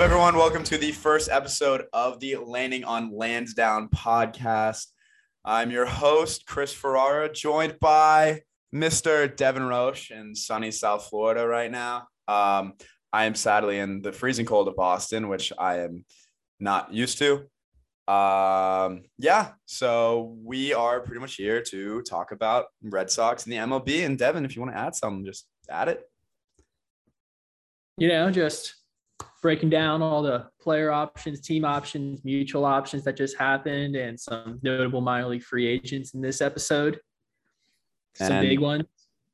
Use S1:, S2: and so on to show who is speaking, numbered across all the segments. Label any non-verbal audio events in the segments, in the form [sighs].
S1: everyone? Welcome to the first episode of the Landing on Lansdowne podcast. I'm your host, Chris Ferrara, joined by Mr. Devin Roche in sunny South Florida right now. Um, I am sadly in the freezing cold of Boston, which I am not used to. Um, yeah, so we are pretty much here to talk about Red Sox and the MLB. And Devin, if you want to add something, just add it.
S2: You know, just breaking down all the player options, team options, mutual options that just happened, and some notable minor league free agents in this episode. Some
S1: And-
S2: big ones.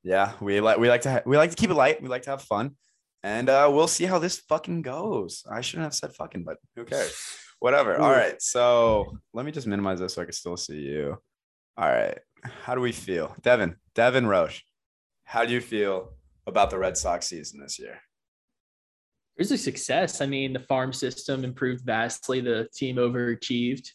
S1: Yeah, we like we like to ha- we like to keep it light. We like to have fun, and uh, we'll see how this fucking goes. I shouldn't have said fucking, but who cares? Whatever. All
S2: Ooh.
S1: right. So let me just minimize this so I can still see you. All right. How do we feel, Devin? Devin Roche, how do you feel about the Red Sox season this year?
S2: It was a success. I mean, the farm system improved vastly. The team overachieved.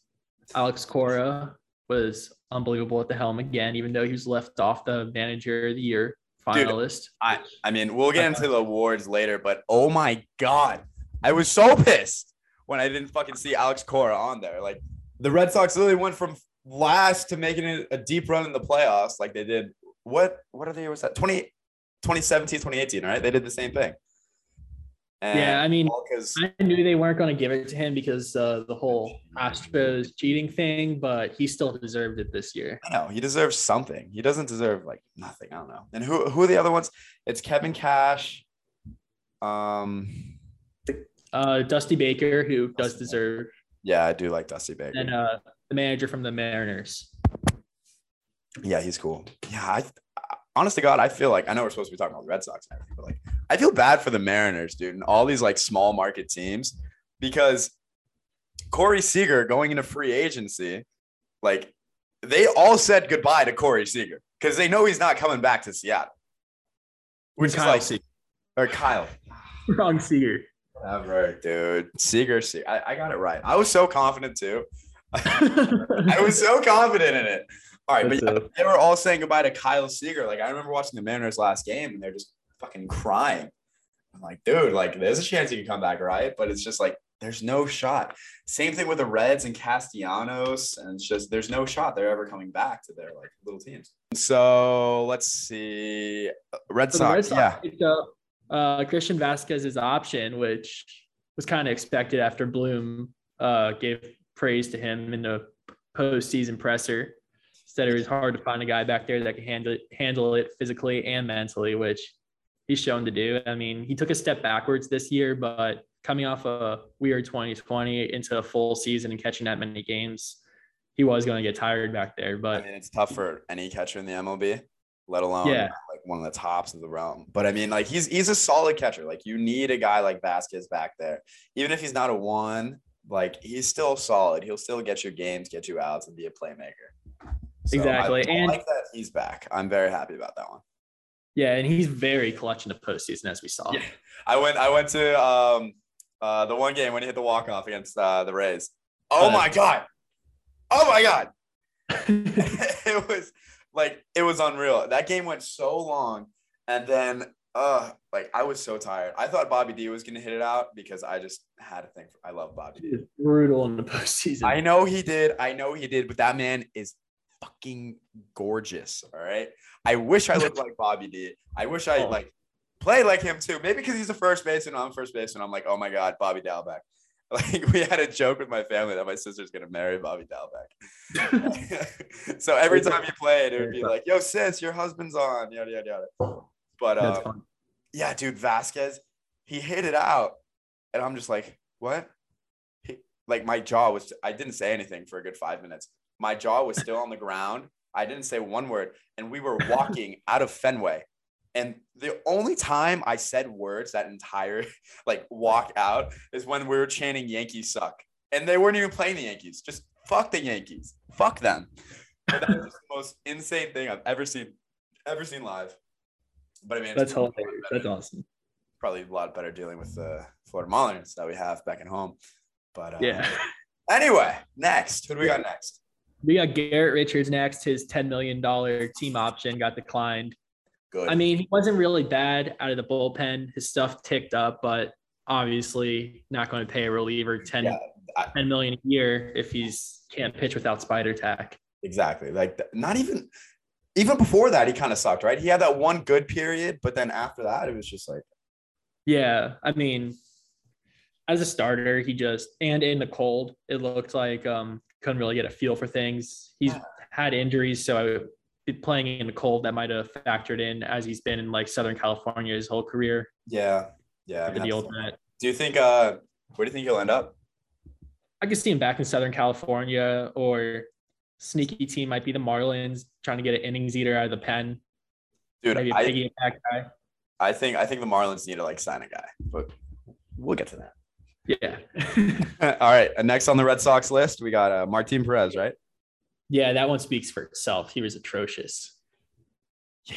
S2: Alex Cora was unbelievable at the helm again, even though he was left off the manager of the year
S1: Dude,
S2: finalist.
S1: I I mean, we'll get
S2: Uh-huh.
S1: into the awards later, but oh my god, I was so pissed when I didn't fucking see Alex Cora on there. Like the Red Sox literally went from last to making it a deep run in the playoffs, like they did. What what are they? Was that 20, 2017, 2018, Right? They did the same thing. And
S2: yeah, I mean,
S1: because
S2: I knew they weren't going to give it to him because uh, the whole Astros cheating thing, but he still deserved it this year.
S1: I know he deserves something. He doesn't deserve like nothing. I don't know. And who who are the other ones? It's Kevin Cash. Um,
S2: Uh, Dusty Baker, who does
S1: Dusty Baker.
S2: deserve,
S1: yeah, I do like Dusty Baker.
S2: and uh, the manager from the Mariners.
S1: Yeah, he's cool. Yeah, I, I honest to God, I feel like I know we're supposed to be talking about the Red Sox and everything, but like I feel bad for the Mariners, dude, and all these like small market teams because Corey Seager going into free agency, like they all said goodbye to Corey Seager because they know he's not coming back to Seattle. Which is
S2: Kyle
S1: like
S2: Seager.
S1: or Kyle.
S2: Wrong Seager.
S1: Whatever, dude. Seager, Seager. I, I got it right. I was so confident too. [laughs] I was so confident in it. All right, but
S2: That's a-
S1: they were all saying goodbye to Kyle Seager. Like I remember watching the Mariners last game and they're just fucking crying. I'm like, dude, like there's a chance he can come back, right? But it's just like there's no shot. Same thing with the Reds and Castellanos, and it's just there's no shot they're ever coming back to their like little teams. So let's see, Red
S2: So the
S1: Sox,
S2: Red Sox
S1: yeah,
S2: picked up uh, Christian Vasquez's option, which was kind of expected after Bloom uh, gave praise to him in the postseason presser. Said it was hard to find a guy back there that could handle it, handle it physically and mentally, which he's shown to do. I mean, he took a step backwards this year, but coming off a weird 2020 into a full season and catching that many games, he was going to get tired back there.
S1: I
S2: But
S1: mean, it's tough for any catcher in the MLB, let alone
S2: Yeah.
S1: like one of the tops of the realm. But I mean, like he's he's a solid catcher. Like you need a guy like Vasquez back there, even if he's not a one. Like he's still solid. He'll still get you games, get you outs, and be a playmaker. So
S2: Exactly,
S1: I, I
S2: and-
S1: like that he's back. I'm very happy about that one.
S2: yeah, and he's very clutch in the postseason, as we saw.
S1: Yeah. I went I went to um uh the one game when he hit the walk off against uh, the Rays. Oh
S2: Uh,
S1: my god! Oh my god!
S2: [laughs]
S1: [laughs] it was like it was unreal. That game went so long, and then uh, like I was so tired. I thought Bobby D was gonna hit it out because I just had a thing. For, I love Bobby. D.
S2: is brutal in the postseason. [laughs]
S1: I know he did. I know he did. But that man is fucking gorgeous. All right. I wish I looked like Bobby D. I wish I
S2: Oh.
S1: like played like him too. Maybe because he's a first baseman. I'm first baseman. I'm like, oh my god, Bobby Dalbeck. [laughs] Like we had a joke with my family that my sister's gonna marry Bobby Dalbeck. [laughs] so every time he played, it would be like, yo, sis, your husband's on. Yada yada yada. But
S2: That's
S1: um,
S2: fun.
S1: yeah, dude, Vasquez, he hit it out. And I'm just like, what? He, like my jaw was, I didn't say anything for a good five minutes. My jaw was still
S2: [laughs]
S1: on the ground. I didn't say one word. And we were walking out of Fenway. And the only time I said words that entire [laughs] like walk out is when we were chanting Yankees suck. And they weren't even playing the Yankees. Just fuck the Yankees. Fuck them. But that was the most insane thing I've ever seen, ever seen live. But I mean, it's
S2: That's hilarious. That's awesome.
S1: probably a lot better dealing with the Florida Marlins that we have back at home. But uh,
S2: Yeah.
S1: Anyway, next, who do we got next?
S2: We got Garrett Richards next. His $10 million team option got declined.
S1: Good.
S2: I mean, he wasn't really bad out of the bullpen. His stuff ticked up, but obviously not going to pay a reliever 10,
S1: Yeah, I-
S2: 10 million a year if he's can't pitch without spider tack.
S1: Exactly. Like th- not even even before that he kind of sucked, right? He had that one good period, but then after that it was just like
S2: Yeah, I mean, as a starter, he just and in the cold, it looked like um couldn't really get a feel for things. He's had injuries, so playing in the cold that might have factored in as he's been in like Southern California his whole career.
S1: yeah, yeah. I mean,
S2: to deal with
S1: that's-
S2: that.
S1: do you think uh where do you think he'll end up?
S2: I could see him back in Southern California or sneaky team might be the Marlins trying to get an innings eater out of the pen,
S1: Dude,
S2: maybe a
S1: I,
S2: piggy back guy.
S1: I think I think the Marlins need to like sign a guy, but we'll get to
S2: Yeah.
S1: that. [laughs] All right. uh, Next on the Red Sox list, we got uh, Martin Perez, right?
S2: yeah, that one speaks for itself. He was atrocious.
S1: Yeah.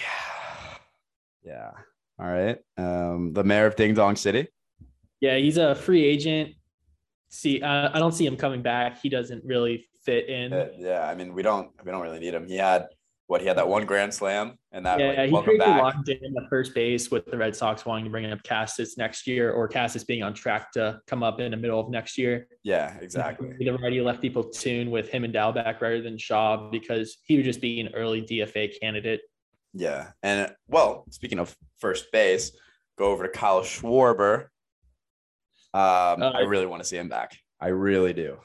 S1: Yeah. All right. Um, the mayor of Ding Dong City.
S2: Yeah, he's a free agent. See, uh, I don't see him coming back. He doesn't really fit in.
S1: Uh, yeah, I mean, we don't we don't really need him. He had what he had that one grand slam and that
S2: yeah,
S1: like,
S2: he
S1: welcome
S2: pretty
S1: back.
S2: locked in at first base with the Red Sox wanting to bring up Cassis next year, or Cassis being on track to come up in the middle of next year.
S1: Yeah, exactly.
S2: The righty lefty platoon with him and Dalback rather than Shaw because he would just be an early DFA candidate.
S1: Yeah. And uh, well, speaking of first base, go over to Kyle Schwarber. Um, I
S2: Uh,
S1: really want to see him back. I really do.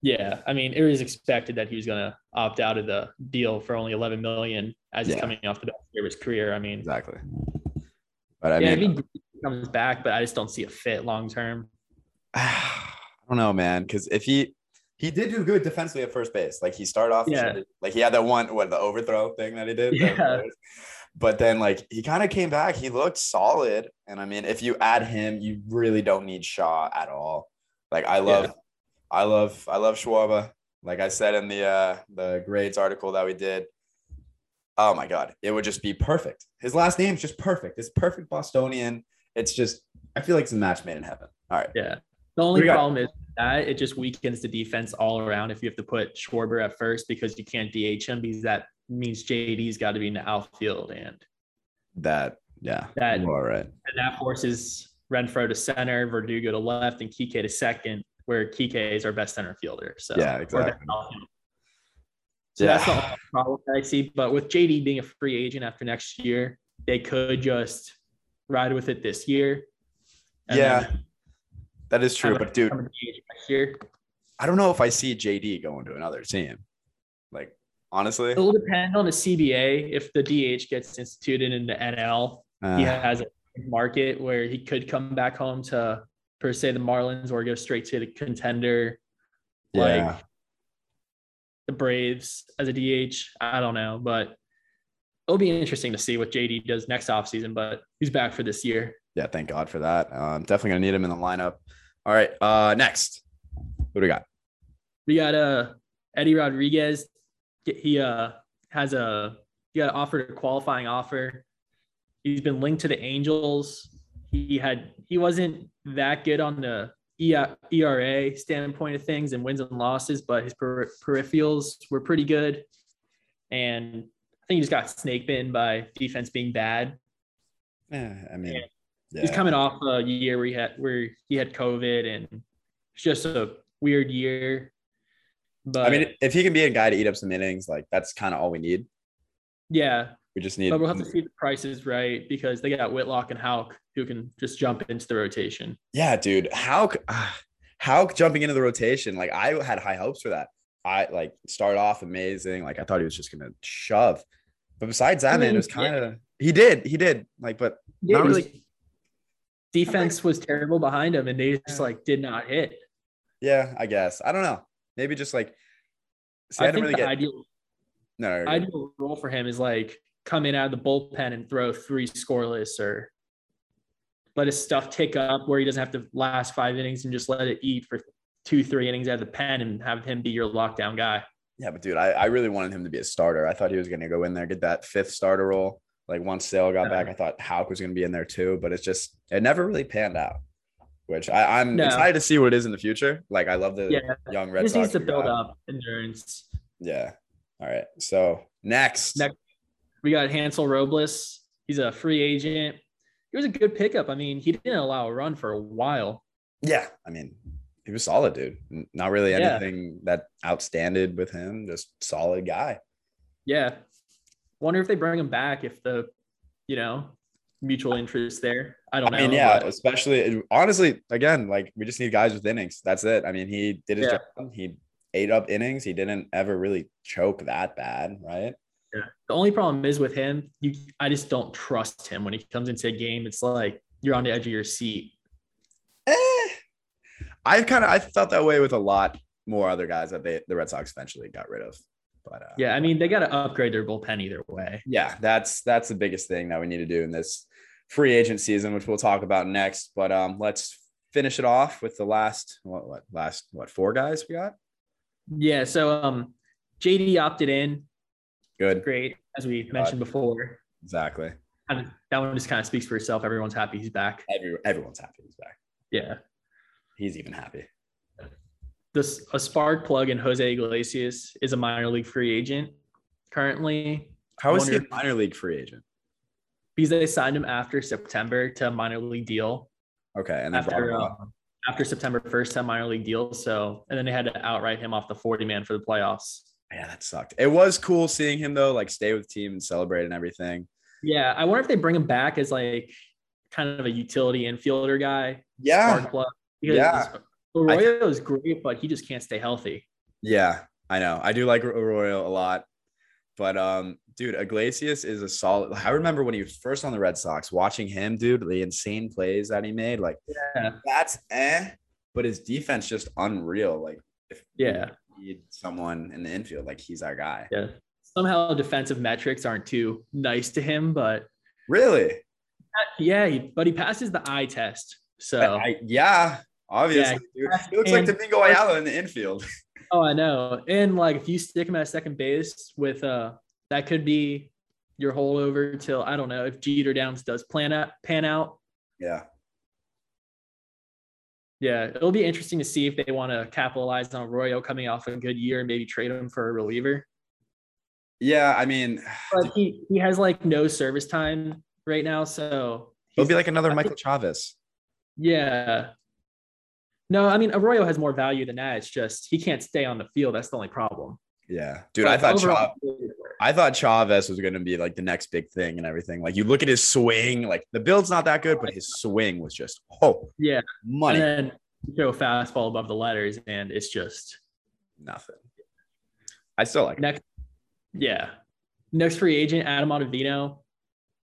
S2: Yeah, I mean, it was expected that he was going to opt out of the deal for only 11 million as he's
S1: Yeah.
S2: coming off the best year of his career. I mean,
S1: Exactly. But I
S2: yeah,
S1: mean,
S2: it'd be great if he comes back, but I just don't see a fit long term.
S1: [sighs] I don't know, man. Because if he he did do good defensively at first base, like he started off,
S2: Yeah.
S1: like he had that one what the overthrow thing that he did. that-
S2: Yeah.
S1: But then, like he kind of came back. He looked solid, and I mean, if you add him, you really don't need Shaw at all. Like I love, I love, I love Schwarber. Like I said in the uh, the grades article that we did. Oh my god, it would just be perfect. His last name's just perfect. It's perfect Bostonian. It's just I feel like it's a match made in heaven. All right.
S2: Yeah. The only
S1: We got-
S2: problem is that it just weakens the defense all around if you have to put Schwarber at first because you can't DH him because that means JD's got to be in the outfield and
S1: That yeah.
S2: That-
S1: you are right.
S2: and that forces Renfro to center, Verdugo to left, and Kike to second, where Kike is our best center fielder. So
S1: Yeah,
S2: or best
S1: exactly.
S2: outfield. So
S1: yeah.
S2: that's the only problem that I see. But with JD being a free agent after next year, they could just ride with it this year. and
S1: yeah.
S2: then
S1: That is true,
S2: have
S1: but
S2: him
S1: dude,
S2: become a DH next year.
S1: I don't know if I see JD going to another team. Like honestly,
S2: It will depend on the CBA. If the DH gets instituted in the NL,
S1: uh,
S2: he has a market where he could come back home to per se the Marlins or go straight to the contender,
S1: yeah,
S2: like the Braves as a DH. I don't know, but it'll be interesting to see what JD does next offseason. But he's back for this year.
S1: yeah. Thank God for that. Uh, I'm definitely gonna need him in the lineup. All right, uh, next, who do we got?
S2: We got uh Eddie Rodriguez. He uh has a he got offered a qualifying offer. He's been linked to the Angels. He had he wasn't that good on the E- ERA standpoint of things and wins and losses, but his per- peripherals were pretty good. And I think he just got snake bitten by defense being bad.
S1: Yeah, Eh, I mean, yeah,
S2: He's coming off a year where he had where he had COVID and it's just a weird year. But
S1: I mean, if he can be a guy to eat up some innings, like that's kind of all we need.
S2: yeah,
S1: We just need.
S2: But we'll have to see if the price is right because they got Whitlock and Hauk who can just jump into the rotation.
S1: Yeah, dude. How [sighs] uh, how jumping into the rotation? Like I had high hopes for that. I like start off amazing. Like I thought he was just gonna shove. But besides that,
S2: I
S1: man,
S2: mean,
S1: it was kind of he did, he did. Like, but Not really.
S2: Defense was terrible behind him, and they just like did not hit.
S1: yeah, I guess I don't know. Maybe just like see, I,
S2: I,
S1: didn't
S2: think
S1: really
S2: the
S1: get
S2: ideal
S1: no. no, no, no.
S2: ideal role for him is like come in out of the bullpen and throw three scoreless, or let his stuff tick up where he doesn't have to last five innings and just let it eat for two, three innings out of the pen and have him be your lockdown guy.
S1: yeah, but dude, I, I really wanted him to be a starter. I thought he was gonna go in there, get that fifth starter role. Like once Sale got back, I thought Hauk was gonna be in there too. But it's just it never really panned out. Which I, I'm
S2: No.
S1: excited to see what it is in the future. Like I love the
S2: Yeah,
S1: young
S2: he
S1: Red
S2: just
S1: Sox.
S2: needs to
S1: we
S2: build
S1: got.
S2: up endurance.
S1: Yeah. All right. So next,
S2: Next. We got Hansel Robles. He's a free agent. it was a good pickup. I mean, he didn't allow a run for a while.
S1: Yeah, I mean, he was solid, dude. N- Not really
S2: Yeah.
S1: anything that outstanded with him. Just solid guy.
S2: Yeah. Wonder if they bring him back if the, you know, mutual interest there. I don't
S1: I
S2: know.
S1: mean, yeah,
S2: but
S1: especially honestly, again, like we just need guys with innings. That's it. I mean, he did his
S2: Yeah.
S1: job. He ate up innings. He didn't ever really choke that bad, right?
S2: the only problem is with him, you I just don't trust him when he comes into a game. It's like you're on the edge of your seat.
S1: Eh. I've kind of I felt that way with a lot more other guys that they the Red Sox eventually got rid of. But uh,
S2: Yeah, I mean, they got to upgrade their bullpen either way.
S1: yeah, that's that's the biggest thing that we need to do in this free agent season, which we'll talk about next. But um, let's finish it off with the last what what last what four guys we got.
S2: Yeah, so um JD opted in,
S1: Good,
S2: great as we mentioned before.
S1: exactly.
S2: Kind of, that one just kind of speaks for itself. Everyone's happy he's back.
S1: Every, everyone's happy he's back.
S2: Yeah.
S1: He's even happy.
S2: This a spark plug in Jose Iglesias is a minor league free agent currently.
S1: How is he a
S2: Wonder-
S1: minor league free agent?
S2: because they signed him after September to a minor league deal
S1: Okay, and then
S2: after
S1: brought him up.
S2: um, after September first to a minor league deal. So and then they had to outright him off the forty man for the playoffs.
S1: yeah, that sucked. It was cool seeing him though, like stay with the team and celebrate and everything.
S2: Yeah, I wonder if they bring him back as like kind of a utility infielder guy,
S1: Yeah,
S2: spark plug. Because
S1: Yeah.
S2: Arroyo is great, but he just can't stay healthy.
S1: yeah, I know. I do like Arroyo a lot, but um, dude, Iglesias is a solid. I remember when he was first on the Red Sox, watching him, dude, the insane plays that he made. Like,
S2: Yeah.
S1: that's eh, but his defense just unreal. Like, if
S2: Yeah.
S1: you need someone in the infield, like he's our guy.
S2: Yeah. Somehow defensive metrics aren't too nice to him, but
S1: Really?
S2: yeah, he, but he passes the eye test. So
S1: I- yeah, obviously. dude. He looks like
S2: And-
S1: Domingo Ayala in the infield. [laughs]
S2: Oh, I know. And like if you stick him at second base with uh that could be your holdover till I don't know if Jeter Downs does plan out pan out.
S1: Yeah.
S2: Yeah, it'll be interesting to see if they want to capitalize on Arroyo coming off a good year and maybe trade him for a reliever.
S1: Yeah. I mean,
S2: But he, he has like no service time right now, so
S1: it'll
S2: he's-
S1: be like another
S2: I
S1: Michael Chavez.
S2: yeah. No, I mean Arroyo has more value than that. It's just he can't stay on the field. That's the only problem.
S1: Yeah. Dude, I thought Chav-
S2: Overall-
S1: I thought Chavez was going to be like the next big thing and everything. Like you look at his swing, like the build's not that good, but his swing was just oh
S2: Yeah.
S1: money.
S2: And then you throw a fastball above the letters, and it's just
S1: Nothing. I still like him.
S2: next. Yeah. Next free agent, Adam Ottavino.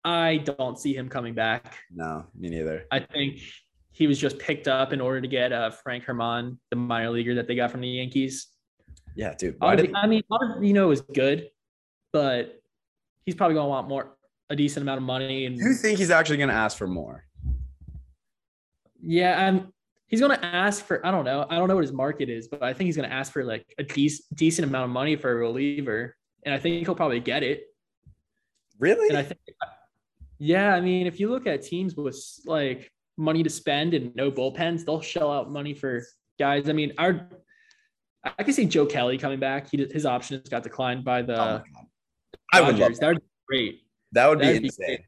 S2: I don't see him coming back.
S1: No, me neither.
S2: I think he was just picked up in order to get uh, Frank Herman, the minor leaguer that they got from the Yankees.
S1: Yeah, dude. Why
S2: Ottav-
S1: did,
S2: I mean, Ottavino is good, but he's probably going to want more, a decent amount of money. And
S1: do you think he's actually going to ask for more?
S2: yeah, I'm, he's going to ask for, I don't know. I don't know what his market is, but I think he's going to ask for like a dec- decent amount of money for a reliever. And I think he'll probably get it.
S1: Really?
S2: And I think, yeah, I mean, if you look at teams with like money to spend and no bullpens, they'll shell out money for guys. I mean, our, I could see Joe Kelly coming back. He, his options got declined by the
S1: Oh my God. I would love
S2: Dodgers. That would be great.
S1: That would
S2: That'd
S1: be
S2: be
S1: insane.
S2: great.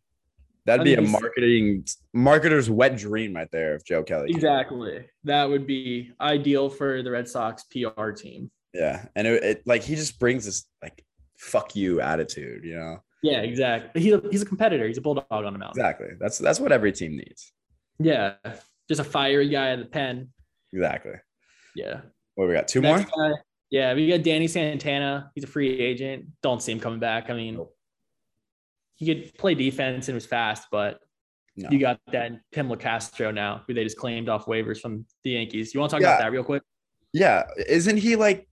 S1: That'd be a
S2: That'd be s-
S1: marketing marketer's wet dream right there if Joe Kelly. came.
S2: Exactly. That would be ideal for the Red Sox PR team.
S1: Yeah, and it, it like he just brings this like fuck you attitude, you know.
S2: Yeah, exactly. He's a, he's a competitor. He's a bulldog on the mountain.
S1: Exactly. That's that's what every team needs.
S2: Yeah. Just a fiery guy in the pen.
S1: Exactly.
S2: Yeah.
S1: What we got? Two more.
S2: Next guy, yeah, we got Danny Santana. He's a free agent. Don't see him coming back. I mean,
S1: Nope.
S2: he could play defense and was fast, but
S1: No.
S2: you got that Tim LaCastro now, who they just claimed off waivers from the Yankees. You want to talk
S1: Yeah.
S2: about that real quick?
S1: Yeah, isn't he like?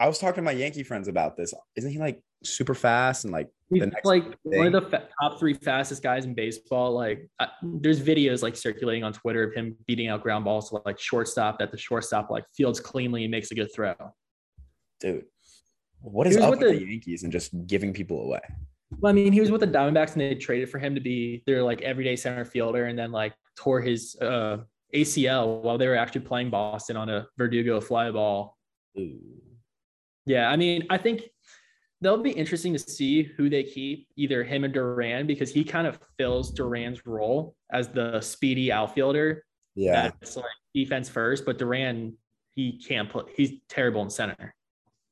S1: I was talking to my Yankee friends about this. Isn't he like super fast and like?
S2: He's
S1: The next
S2: like one of the fa- top three fastest guys in baseball. Like, I, there's videos like circulating on Twitter of him beating out ground balls to like shortstop that the shortstop like fields cleanly and makes a good throw.
S1: Dude, what is
S2: He was
S1: up with
S2: with
S1: the
S2: the-
S1: Yankees and just giving people away?
S2: Well, I mean, he was with the Diamondbacks and they traded for him to be their like everyday center fielder and then like tore his uh, ACL while they were actually playing Boston on a Verdugo fly ball.
S1: Ooh.
S2: Yeah, I mean, I think that'll be interesting to see who they keep, either him or Duran, because he kind of fills Duran's role as the speedy outfielder.
S1: Yeah.
S2: That's like defense first, but Duran, he can't play. He's terrible in center,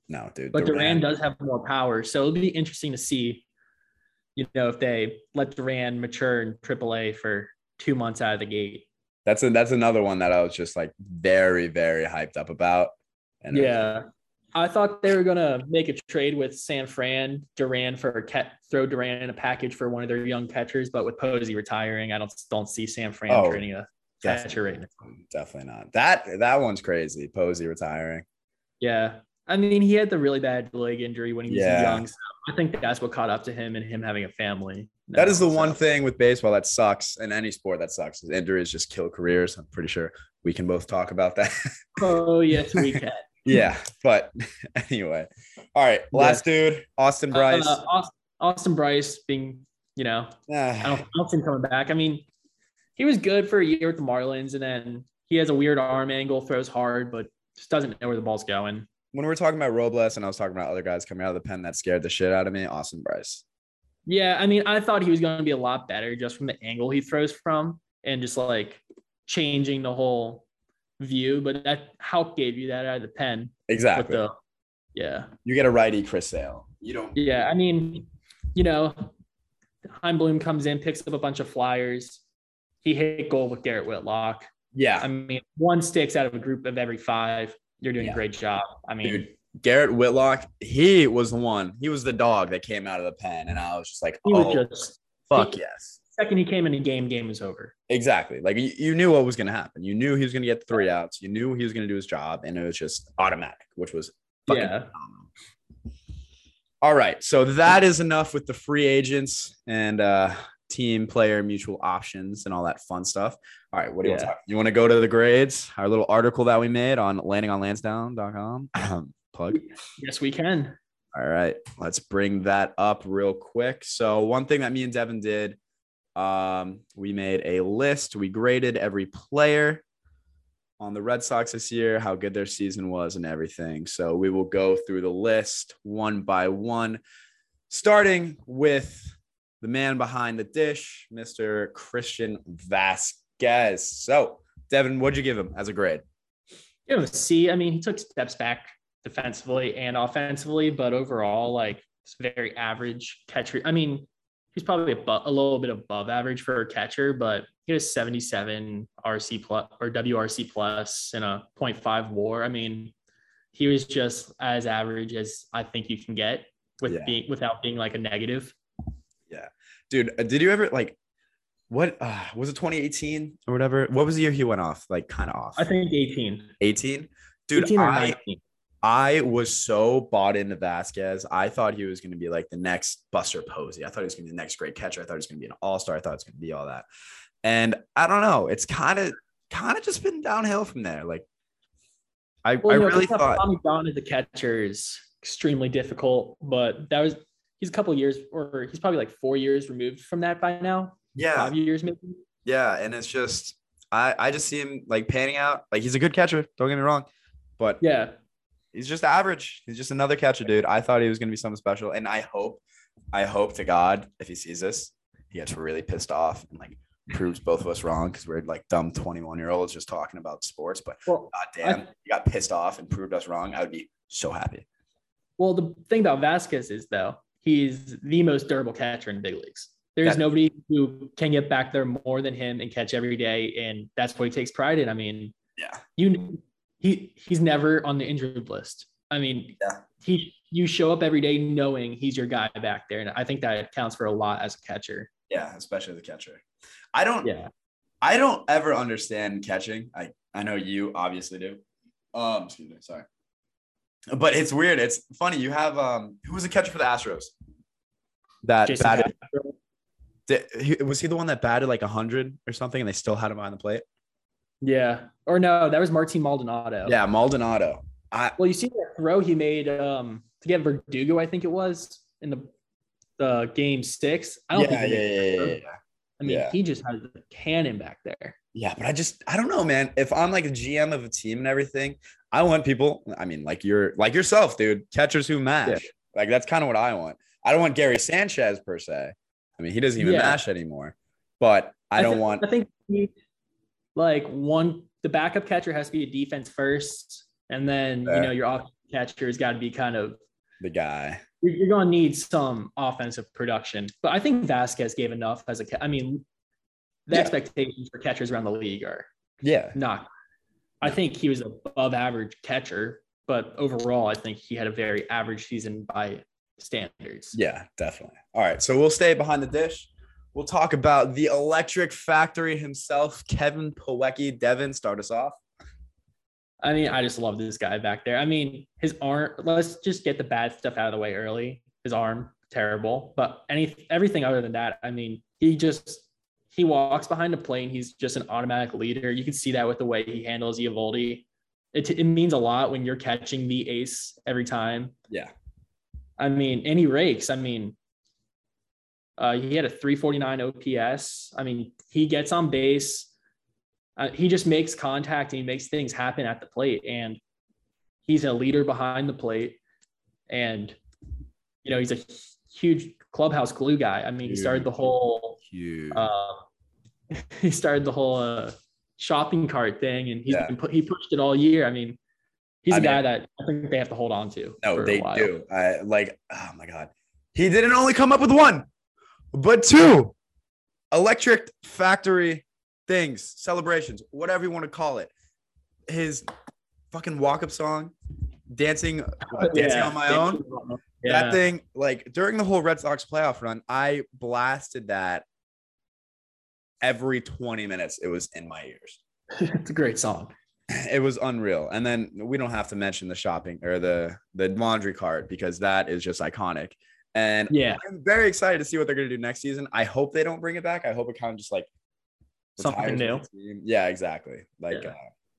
S1: No, dude.
S2: but Duran, does have more power. So it'll be interesting to see, you know, if they let Duran mature in AAA for two months out of the gate.
S1: That's a, that's another one that I was just like very very hyped up about. And it was-
S2: yeah. I thought they were gonna make a trade with San Fran Duran for cat throw Duran in a package for one of their young catchers, but with Posey retiring, I don't don't see San Fran
S1: Oh,
S2: trading a catcher
S1: definitely,
S2: right now.
S1: definitely not. That that one's crazy. Posey retiring.
S2: Yeah. I mean, he had the really bad leg injury when he was
S1: Yeah.
S2: young. So I think that's what caught up to him and him having a family.
S1: That is the
S2: now,
S1: one
S2: so.
S1: thing with baseball that sucks, and any sport that sucks is injuries just kill careers. I'm pretty sure we can both talk about that.
S2: Oh yes, we can.
S1: yeah, but [laughs] anyway, all right, last dude, Austin Bryce.
S2: Uh, Aus- Austin Bryce being, you know, I
S1: [sighs] Ah,
S2: don't, I don't see him coming back. I mean, he was good for a year with the Marlins, and then he has a weird arm angle, throws hard, but just doesn't know where the ball's going.
S1: when we were talking about Robles, and I was talking about other guys coming out of the pen that scared the shit out of me, Austin Bryce.
S2: Yeah, I mean, I thought he was going to be a lot better just from the angle he throws from, and just like changing the whole view. But that Hulk gave you that out of the pen with
S1: Exactly.
S2: the, yeah,
S1: you get a righty, Chris Sale. You don't.
S2: yeah. I mean, you know, Heimblum comes in, picks up a bunch of flyers. He hit goal with Garrett Whitlock.
S1: Yeah,
S2: I mean, one sticks out of a group of every five. You're doing
S1: Yeah.
S2: a great job. I mean,
S1: Dude, Garrett Whitlock, he was the one. He was the dog that came out of the pen, and I was just like,
S2: he
S1: oh,
S2: was just
S1: fuck
S2: he-
S1: yes,
S2: second he came in a game, game was over.
S1: exactly. Like you, you knew what was gonna happen. You knew he was gonna get three outs. You knew he was gonna do his job, and it was just automatic, which was fucking
S2: yeah.
S1: phenomenal. All right, so that is enough with the free agents and uh, team player mutual options and all that fun stuff. All right, what do you
S2: Yeah.
S1: want to talk? You want to go to the grades? Our little article that we made on landingonlansdown.com. [clears throat] Plug.
S2: Yes, we can.
S1: All right, let's bring that up real quick. So one thing that me and Devin did, um, we made a list. We graded every player on the Red Sox this year, how good their season was, and everything. So we will go through the list one by one, starting with the man behind the dish, Mr. Christian Vasquez. So Devin, what'd you give him as a grade?
S2: Give him a C. I mean, he took steps back defensively and offensively, but overall, like, it's very average catcher. I mean, he's probably abo- a little bit above average for a catcher, but he has 77 RC plus or WRC plus and a 0.5 WAR. I mean, he was just as average as I think you can get with
S1: Yeah.
S2: being without being like a negative.
S1: dude uh, did you ever like what uh, was it 2018 or whatever what was the year he went off like kind of off
S2: I think 18.
S1: 18 dude
S2: 18 or
S1: I,
S2: 19.
S1: I was so bought into vasquez i thought he was going to be like the next buster posey i thought he was going to be the next great catcher i thought he was going to be an all-star i thought it was going to be all that and i don't know it's kind of kind of just been downhill from there like i,
S2: Well,
S1: I
S2: you know,
S1: really
S2: Christoph
S1: thought
S2: Pomagon as a catcher is extremely difficult, but that was he's a couple years or he's probably like four years removed from that by now,
S1: yeah
S2: five years maybe.
S1: Yeah, and it's just I I just see him like panning out. Like he's a good catcher, don't get me wrong, but
S2: Yeah,
S1: he's just average. He's just another catcher, dude. I thought he was gonna be something special, and I hope, I hope to God if he sees this, he gets really pissed off and like proves both of us wrong because we're like dumb twenty one year olds just talking about sports. But
S2: well,
S1: god damn, he got pissed off and proved us wrong. I would be so happy.
S2: well, the thing about Vasquez is though he's the most durable catcher in the big leagues. There's
S1: That-
S2: nobody who can get back there more than him and catch every day, and that's what he takes pride in. I mean,
S1: Yeah,
S2: you he he's never on the injured list. I mean,
S1: Yeah.
S2: he you show up every day knowing he's your guy back there, and I think that counts for a lot as a catcher.
S1: yeah, especially the catcher. I don't.
S2: Yeah,
S1: I don't ever understand catching. I I know you obviously do. Um, excuse me, sorry. But it's weird. It's funny. You have um, who was the catcher for the Astros? That
S2: Jason
S1: batted.
S2: Castro.
S1: Did- he- was he the one that batted like hundred or something, and they still had him behind the plate?
S2: yeah, or no, that was Martin Maldonado.
S1: Yeah, Maldonado.
S2: Well, you see that throw he made um, to get Verdugo, I think it was in the the game six. I don't
S1: yeah,
S2: think. he
S1: yeah,
S2: made-
S1: yeah, yeah, yeah, yeah.
S2: I mean,
S1: yeah.
S2: he just has a cannon back there.
S1: Yeah, but I just I don't know, man. If I'm like a GM of a team and everything, I want people. I mean, like you're like yourself, dude. Catchers who match. Like that's kind of what I want. I don't want Gary Sanchez per se. I mean, he doesn't even
S2: Yeah.
S1: mash anymore. But I don't
S2: thi-
S1: want
S2: I think you need, like one, the backup catcher has to be a defense first, and then
S1: Fair.
S2: you know your off catcher has got to be kind of.
S1: the guy.
S2: You're, you're going to need some offensive production, but I think Vasquez gave enough as a. ca- I mean, the
S1: Yeah.
S2: expectations for catchers around the league are
S1: Yeah.
S2: not. I think he was above average catcher, but overall, I think he had a very average season by standards.
S1: Yeah, definitely. All right. So we'll stay behind the dish. We'll talk about the electric factory himself, Kevin Pawecki. Devin, start us off.
S2: I mean, I just love this guy back there. I mean, his arm. Let's just get the bad stuff out of the way early. His arm, terrible. But any everything other than that, I mean, he just he walks behind the plane. He's just an automatic leader. You can see that with the way he handles Eovaldi. It, it means a lot when you're catching the ace every time.
S1: Yeah.
S2: I mean, and he rakes. I mean, uh, he had a 349 OPS. I mean, he gets on base. Uh, he just makes contact and he makes things happen at the plate. And he's a leader behind the plate. And, you know, he's a huge clubhouse glue guy. I mean, he started the whole
S1: Huge.
S2: uh, [laughs] he started the whole uh, shopping cart thing, and he's
S1: Yeah.
S2: been pu- he pushed it all year. I mean, he's
S1: I
S2: a
S1: mean-
S2: guy that I think they have to hold on to. for
S1: No,
S2: a
S1: they
S2: while.
S1: do. I like. Oh my god, he didn't only come up with one, but two electric factory things, celebrations, whatever you want to call it. His fucking walk-up song, dancing, what, dancing
S2: Yeah.
S1: on my own.
S2: Yeah.
S1: That thing, like during the whole Red Sox playoff run, I blasted that every 20 minutes. It was in my ears.
S2: it's a great song.
S1: It was unreal. And then we don't have to mention the shopping or the the laundry cart because that is just iconic. And
S2: Yeah,
S1: I'm very excited to see what they're going to do next season. I hope they don't bring it back. I hope it kind of just like
S2: Something
S1: retires
S2: new.
S1: with the team. Yeah, exactly. Like,
S2: Yeah.
S1: uh,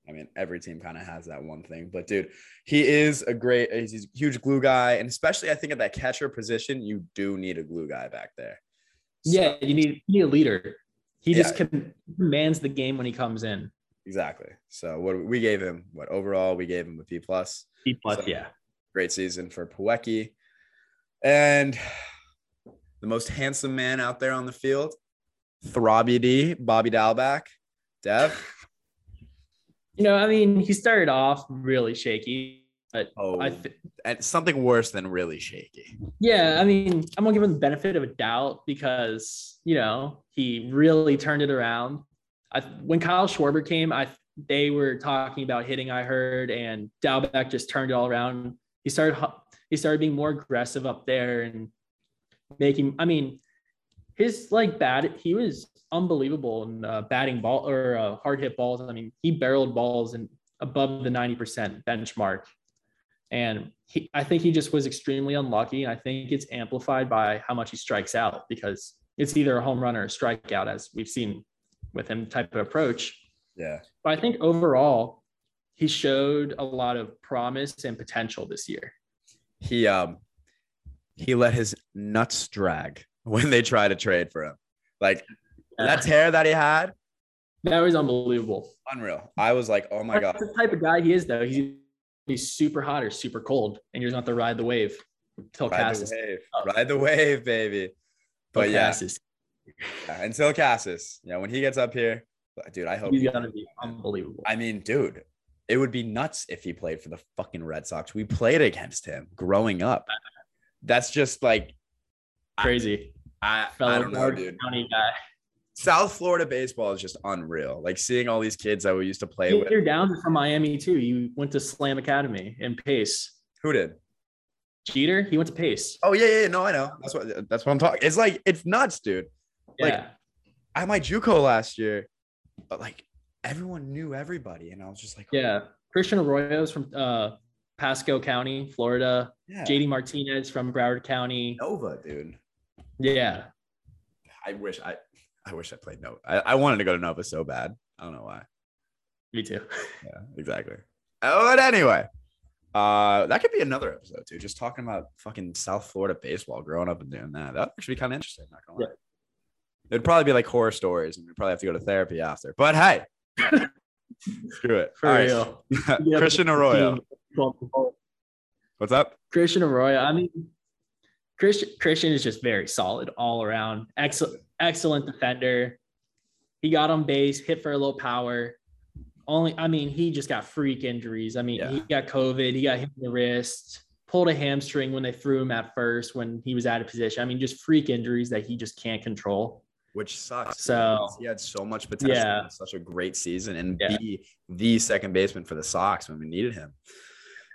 S1: I mean, every team kind of has that one thing. But dude, he is a great, he's a huge glue guy, and especially I think at that catcher position, you do need a glue guy back there. So-
S2: yeah. You need you need a leader. He just com- commands the game when he comes in.
S1: exactly. So what we gave him, what overall we gave him a B plus.
S2: B plus,
S1: So-
S2: yeah.
S1: Great season for Pueki, and the most handsome man out there on the field, Throbby D, Bobby Dalback, Dev.
S2: You know, I mean, he started off really shaky, but
S1: Oh,
S2: I th-
S1: and something worse than really shaky.
S2: Yeah, I mean, I'm gonna give him the benefit of a doubt because you know he really turned it around. I, when Kyle Schwarber came, I they were talking about hitting. I heard, and Dalbeck just turned it all around. He started hu- he started being more aggressive up there and making. I mean, his like bat, he was unbelievable in uh, batting ball or uh, hard hit balls. I mean, he barreled balls and above the 90% benchmark. And he, I think he just was extremely unlucky. And I think it's amplified by how much he strikes out because it's either a home run or a strikeout, as we've seen with him type of approach.
S1: Yeah.
S2: But I think overall, he showed a lot of promise and potential this year.
S1: He um he let his nuts drag when they try to trade for him. Like that tear that he had,
S2: That was unbelievable.
S1: unreal. I was like, oh my god.
S2: That's the type of guy he is, though. He's, he's super hot or super cold, and you're going to have to ride the wave till
S1: Ride the
S2: Cassis.
S1: wave. Ride the wave, baby.
S2: till
S1: But yeah,
S2: Cassis.
S1: yeah, until Cassis. Yeah, when he gets up here, but dude, I hope
S2: he's going to be unbelievable.
S1: I mean, dude, it would be nuts if he played for the fucking Red Sox. We played against him growing up. That's just like
S2: Crazy.
S1: I, I
S2: Fellow
S1: don't know,
S2: Orange
S1: dude.
S2: County guy.
S1: South Florida baseball is just unreal. Like seeing all these kids that we used to play
S2: You-
S1: with.
S2: You're down from Miami too. You went to Slam Academy and Pace.
S1: Who did?
S2: Jeter, he went to Pace.
S1: Oh yeah, yeah, yeah, no, I know. That's what that's what I'm talking. It's like it's nuts, dude. like-
S2: yeah.
S1: I had my JUCO last year, but like everyone knew everybody, and I was just like,
S2: yeah. Christian Arroyo's from uh, Pasco County, Florida.
S1: yeah,
S2: JD Martinez from Broward County.
S1: Nova, dude.
S2: Yeah.
S1: I wish I, I wish I played Nova. I, I wanted to go to Nova so bad. I don't know why.
S2: Me too.
S1: Yeah, exactly. Oh, but anyway, uh, that could be another episode too. Just talking about fucking South Florida baseball, growing up and doing that. That would actually be kind of interesting. Not gonna lie. It'd probably be like horror stories, and we'd probably have to go to therapy after. But
S2: [laughs]
S1: hey, screw it.
S2: For
S1: All right. [laughs]
S2: real.
S1: Christian Arroyo. What's up?
S2: Christian Arroyo. I mean, Christian Christian is just very solid all around. Excellent excellent defender. He got on base, hit for a little power. Only I mean, he just got freak injuries. I mean,
S1: Yeah.
S2: he got COVID, he got hit in the wrist, pulled a hamstring when they threw him at first when he was out of position. I mean, just freak injuries that he just can't control.
S1: which sucks.
S2: So-
S1: because he had so much potential,
S2: Yeah.
S1: and such a great season, and
S2: Yeah.
S1: be the second baseman for the Sox when we needed him.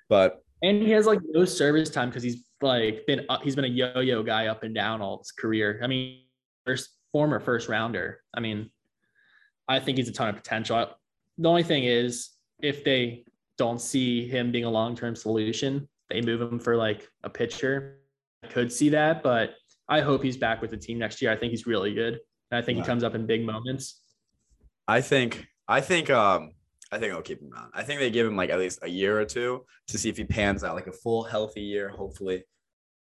S1: But
S2: And he has like no service time because he's like been up, he's been a yo-yo guy up and down all his career. I mean, first former first rounder. I mean, I think he's a ton of potential. I- The only thing is, if they don't see him being a long-term solution, they move him for like a pitcher. I could see that, but I hope he's back with the team next year. I think he's really good, and I think
S1: Yeah.
S2: he comes up in big moments.
S1: I think, I think, um, I think I'll keep him around. I think they give him like at least a year or two to see if he pans out, like a full healthy year, hopefully.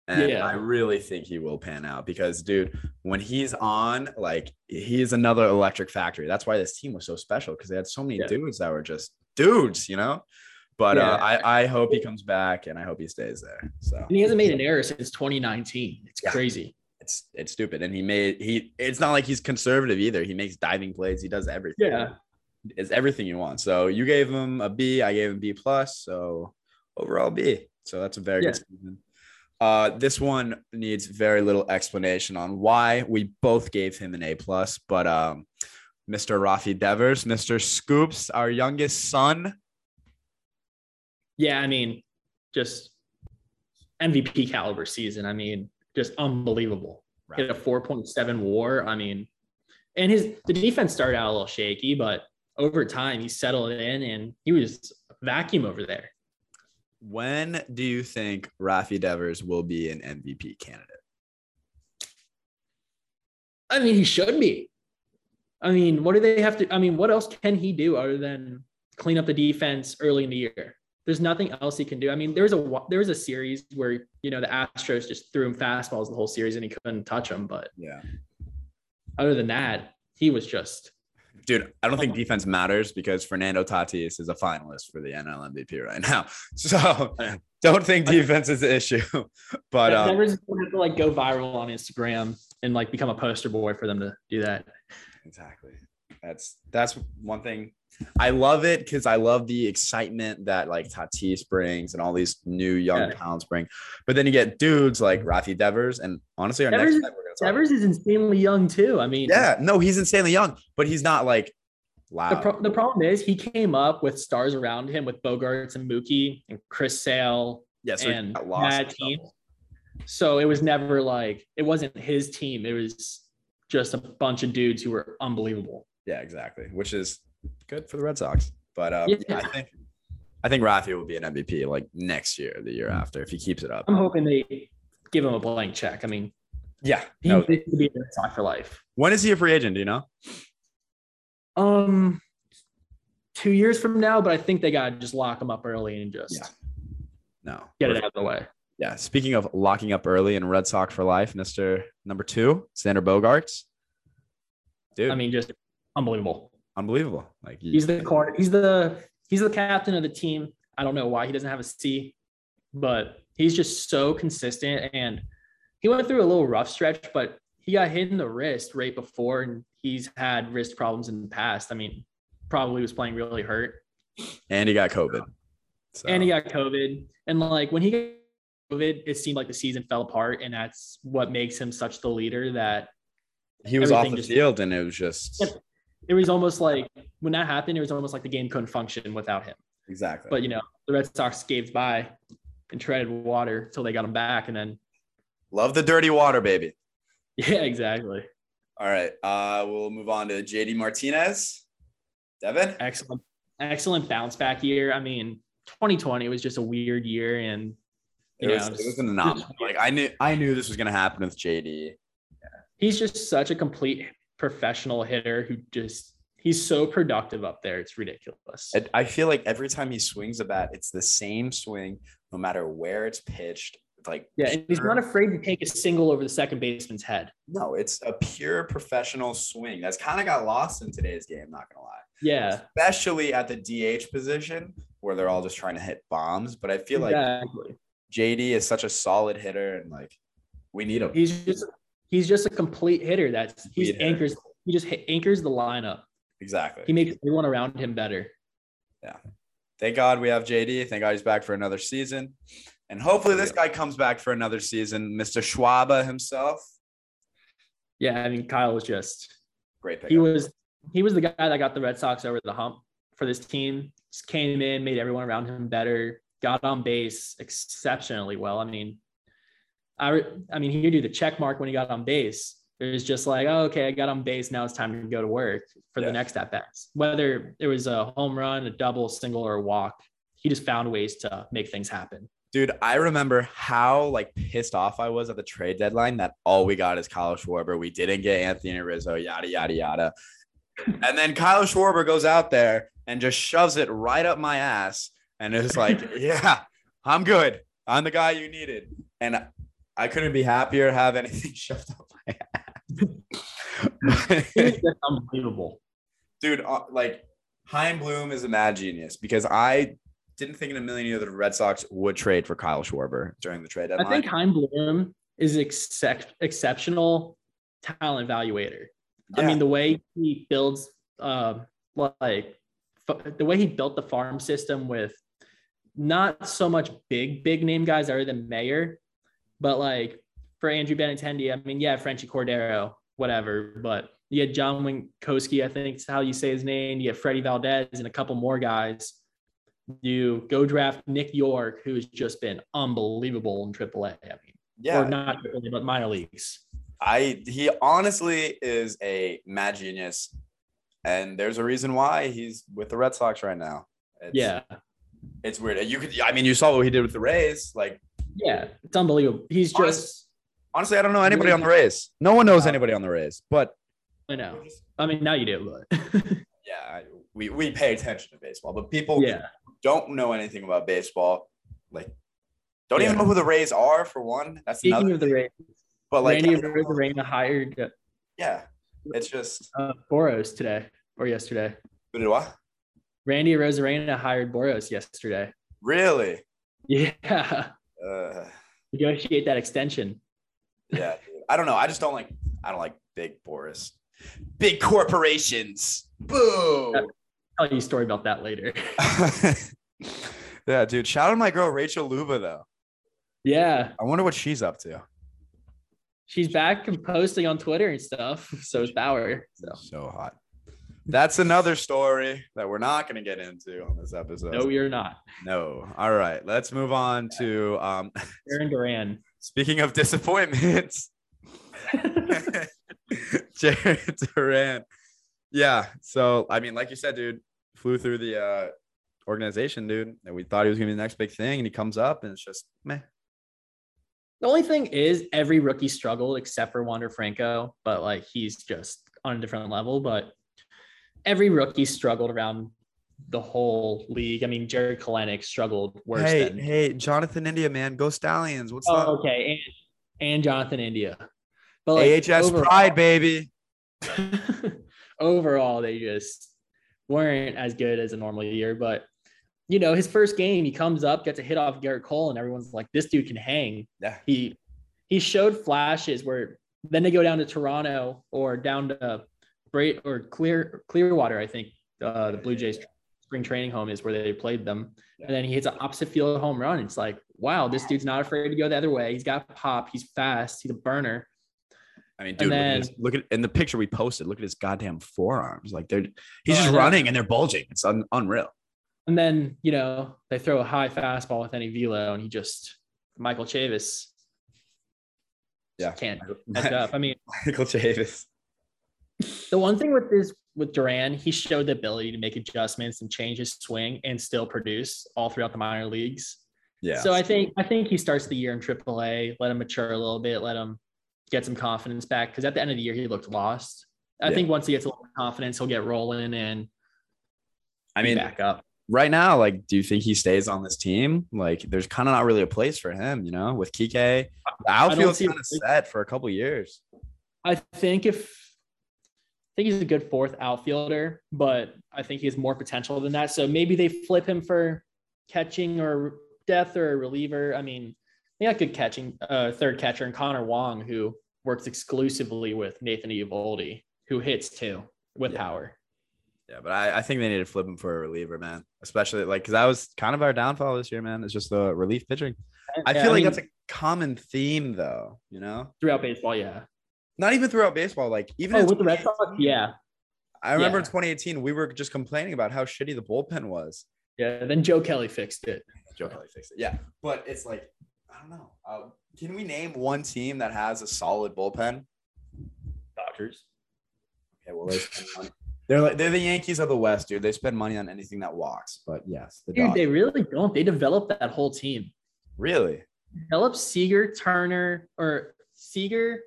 S1: And
S2: Yeah.
S1: I really think he will pan out because, dude, when he's on, like he's another electric factory. That's why this team was so special because they had so many
S2: Yeah.
S1: dudes that were just dudes, you know. But
S2: Yeah.
S1: uh, I, I hope he comes back and I hope he stays there. So
S2: And he hasn't made an error since 2019. It's
S1: Yeah.
S2: crazy.
S1: it's it's stupid. And he made he it's not like he's conservative either. He makes diving plays. He does everything.
S2: Yeah.
S1: It's everything you want. So you gave him a B. I gave him B plus. So overall B. So that's a very good season. Uh, this one needs very little explanation on why we both gave him an A plus, but um, Mr. Rafi Devers, Mr. Scoops, our youngest son,
S2: yeah, I mean, just MVP caliber season. I mean, just unbelievable. Hit a 4.7 war. I mean, and his the defense started out a little shaky, but over time he settled in and he was vacuum over there.
S1: When do you think Rafi Devers will be an MVP candidate?
S2: I mean, he should be. I mean, what do they have to? I mean, what else can he do other than clean up the defense early in the year? There's nothing else he can do. I mean, there was a wa- there was a series where you know the Astros just threw him fastballs the whole series and he couldn't touch them. But
S1: Yeah.
S2: other than that, he was just
S1: Dude, I don't think defense matters because Fernando Tatis is a finalist for the NL MVP right now. [laughs] So don't think defense is the issue. [laughs] But
S2: That-
S1: um,
S2: that was gonna have to like go viral on Instagram and like become a poster boy for them to do that.
S1: exactly. That's that's one thing. I love it because I love the excitement that like Tatis brings and all these new young
S2: Yeah.
S1: talents bring. But then you get dudes like Rafi Devers, and honestly, our
S2: Devers-
S1: next guy we're gonna talk about-
S2: Devers is insanely young too. I mean,
S1: Yeah, no, he's insanely young, but he's not like
S2: The,
S1: loud.
S2: pro- the problem is he came up with stars around him with Bogarts and Mookie and Chris Sale.
S1: yeah, so he
S2: and
S1: got lost in
S2: bad team.
S1: shuffle.
S2: So it was never like it wasn't his team. It was just a bunch of dudes who were unbelievable.
S1: Yeah, exactly. Which is good for the Red Sox. But um,
S2: Yeah.
S1: yeah, I think I think Rafi will be an MVP like next year, the year after, if he keeps it up.
S2: I'm hoping they give him a blank check. I mean,
S1: Yeah.
S2: he
S1: No.
S2: needs to be a Red Sox for life.
S1: When is he a free agent? Do you know?
S2: Um, two years from now, but I think they gotta just lock him up early and just
S1: Yeah. No.
S2: get it out of the way.
S1: Yeah. Speaking of locking up early and Red Sox for life, Mister Number Two, Sander Bogarts. Dude,
S2: I mean, just unbelievable.
S1: unbelievable. Like
S2: He's the corner. He's the he's the captain of the team. I don't know why he doesn't have a C, but he's just so consistent. And he went through a little rough stretch, but he got hit in the wrist right before, and he's had wrist problems in the past. I mean, probably was playing really hurt.
S1: and he got COVID. So,
S2: and he got COVID. And like when he got COVID, it seemed like the season fell apart, and that's what makes him such the leader that
S1: he was off
S2: everything
S1: the
S2: just-
S1: field, and it was just
S2: Yep. it was almost like when that happened, it was almost like the game couldn't function without him.
S1: exactly.
S2: But you know, the Red Sox gave by and treaded water until they got him back, and then [laughs]
S1: love the dirty water, baby.
S2: yeah, exactly,
S1: All right. Uh, we'll move on to JD Martinez. Devin?
S2: excellent, excellent bounce back year. I mean, 2020 was just a weird year, and
S1: It,
S2: you
S1: was,
S2: know,
S1: it was an anomaly. Like I knew I knew this was gonna happen with JD.
S2: he's just such a complete professional hitter who just he's so productive up there. It's ridiculous.
S1: I, I feel like every time he swings a bat, it's the same swing, no matter where it's pitched. It's Like
S2: Yeah, and he's
S1: pure-
S2: not afraid to take a single over the second baseman's head.
S1: no, it's a pure professional swing. That's kind of got lost in today's game. Not gonna lie.
S2: Yeah,
S1: Especially at the DH position where they're all just trying to hit bombs. But I feel like
S2: exactly.
S1: JD is such a solid hitter and like
S3: We need him.
S2: He's just he's just a complete hitter. That's he's
S3: Complete hitter.
S2: anchors. He just hit, anchors the lineup.
S3: Exactly.
S2: He makes everyone around him better.
S1: Thank God we have JD. Thank God he's back for another season. And hopefully this guy comes back for another season. Mr. Schwaba himself.
S2: Yeah, I mean Kyle was just
S3: Great pick.
S2: he was he was the guy that got the Red Sox over the hump for this team. Just came in, made everyone around him better. Got on base exceptionally well. I mean, I re- I mean he do the check mark when he got on base. It was just like, oh, okay, I got on base. Now it's time to go to work for
S3: Yeah.
S2: the next at bats. Whether it was a home run, a double, single, or a walk, he just found ways to make things happen.
S1: Dude, I remember how like pissed off I was at the trade deadline that all we got is Kyle Schwarber. We didn't get Anthony Rizzo, yada yada yada. And then Kyle Schwarber goes out there and just shoves it right up my ass and it's like, yeah, I'm good. I'm the guy you needed. And I couldn't be happier to have anything [laughs] shoved up my ass.
S2: It was just unbelievable.
S1: dude, uh, like Heim Bloom is a mad genius because I didn't think in a million years that the Red Sox would trade for Kyle Schwarber during the trade
S2: I
S1: deadline.
S2: think Heim Bloom is excep- exceptional talent evaluator. I mean, the way he builds, um, like f- the way he built the farm system with not so much big, big name guys other than Mayer, but like for Andrew Benintendi, I mean, yeah, Frenchy Cordero, whatever, but you had John Winkowski, I think is how you say his name. You had Freddie Valdez and a couple more guys. You go draft Nick York, who's just been unbelievable in AAA. I mean,
S3: yeah.
S2: or not AAA, but minor leagues.
S3: I he honestly is a mad genius, and there's a reason why he's with the Red Sox right now. It's,
S2: Yeah.
S3: it's weird. You could, I mean, you saw what he did with the Rays. Like,
S2: Yeah, it's unbelievable. He's
S3: Honest-
S2: just,
S3: honestly, I don't know anybody on the Rays. No one knows anybody on the Rays, but
S2: I know. I mean, now you do, but [laughs]
S3: yeah, I- we we pay attention to baseball, but people
S2: yeah,
S3: who don't know anything about baseball. Like, don't even
S2: Yeah.
S3: know who the Rays are for one. That's
S2: speaking
S3: another.
S2: of the Rays,
S3: but like,
S2: Randy Rosarena hired
S3: yeah, it's just
S2: uh, Boros today or yesterday.
S3: who do I?
S2: Randy Rosarena hired Boros yesterday. [laughs]
S3: Really?
S2: Yeah,
S3: Uh,
S2: negotiate that extension.
S3: yeah, dude. I don't know. I just don't like. I don't like big Boris, big corporations. Boo.
S2: tell you a story about that later. [laughs]
S3: [laughs] yeah, dude. Shout out to my girl Rachel Luba though.
S2: Yeah,
S3: I wonder what she's up to.
S2: she's back and posting on Twitter and stuff. [laughs] So is Bauer. So
S3: So hot. That's another story that we're not going to get into on this episode.
S2: no, you're not.
S3: No. All right. Let's move on to um, [laughs]
S2: Aaron Duran.
S3: speaking of [laughs] disappointments, Jared Duran. Yeah. So, I mean, like you said, dude, flew through the uh, organization, dude. And we thought he was going to be the next big thing. And he comes up and it's just, meh.
S2: The only thing is every rookie struggled except for Wander Franco, but like he's just on a different level. But every rookie struggled around the whole league. I mean, Jared Kalenic struggled worse
S3: hey,
S2: than
S3: hey, Jonathan India, man. Go Stallions. What's
S2: oh, okay, and, and Jonathan India. But
S3: up?
S2: like
S3: AHS
S2: overall-
S3: Pride, baby.
S2: [laughs] overall they just weren't as good as a normal year. But you know, his first game, he comes up, gets a hit off Garrett Cole, and everyone's like, "This dude can hang."
S3: Yeah.
S2: He he showed flashes where then they go down to Toronto or down to Bray or Clear Clearwater, I think uh, the Blue Jays spring training home is where they played them. And then he hits an opposite field home run. It's like, wow, this dude's not afraid to go the other way. He's got pop. He's fast. He's a burner.
S1: I mean,
S2: And
S1: dude,
S2: then-
S1: look, at his, look at in the picture we posted. Look at his goddamn forearms. Like they're he's
S2: Oh, I
S1: just
S2: know.
S1: running and they're bulging. It's un, unreal.
S2: And then, you know, they throw a high fastball with any velo and he just Michael Chavis.
S3: Yeah.
S1: [laughs]
S2: Can't catch up. I mean,
S1: Michael Chavis.
S2: the one thing with this with Duran, he showed the ability to make adjustments and change his swing and still produce all throughout the minor leagues.
S1: Yeah.
S2: So I think I think he starts the year in AAA, let him mature a little bit, let him get some confidence back. Because at the end of the year, he looked lost. I
S1: Yeah.
S2: think once he gets a little more confidence, he'll get rolling and
S1: I
S2: be
S1: mean,
S2: back up.
S1: right now, like, do you think he stays on this team? Like, there's kind of not really a place for him, you know, with Kike. The outfield's
S2: see-
S1: kind of set for a couple years.
S2: I think if I think he's a good fourth outfielder, but I think he has more potential than that. So maybe they flip him for catching or death or a reliever. I mean, They got good catching, uh, third catcher, and Connor Wong, who works exclusively with Nathan Eovaldi, who hits too with
S1: Yeah.
S2: power.
S1: Yeah, but I, I think they need to flip him for a reliever, man. Especially like because that was kind of our downfall this year, man. It's just the relief pitching. I
S2: Yeah,
S1: feel like
S2: mean,
S1: that's a common theme, though. You know,
S2: throughout baseball. Yeah.
S1: not even throughout baseball. Like even
S2: Oh,
S1: in
S2: with the Red Sox.
S1: 2018.
S2: Yeah.
S1: I remember in
S2: Yeah.
S1: 2018 we were just complaining about how shitty the bullpen was.
S2: Yeah. Then Joe Kelly fixed it.
S1: Joe Kelly fixed it. Yeah, but it's like I don't know. Uh, can we name one team that has a solid bullpen?
S2: Dodgers.
S1: Okay, well they spend money. They're like they're the Yankees of the West, dude. They spend money on anything that walks. But yes, the
S2: Dude,
S1: Dodgers.
S2: they really don't. They developed that whole team.
S1: really.
S2: Developed Seager, Turner, or Seager,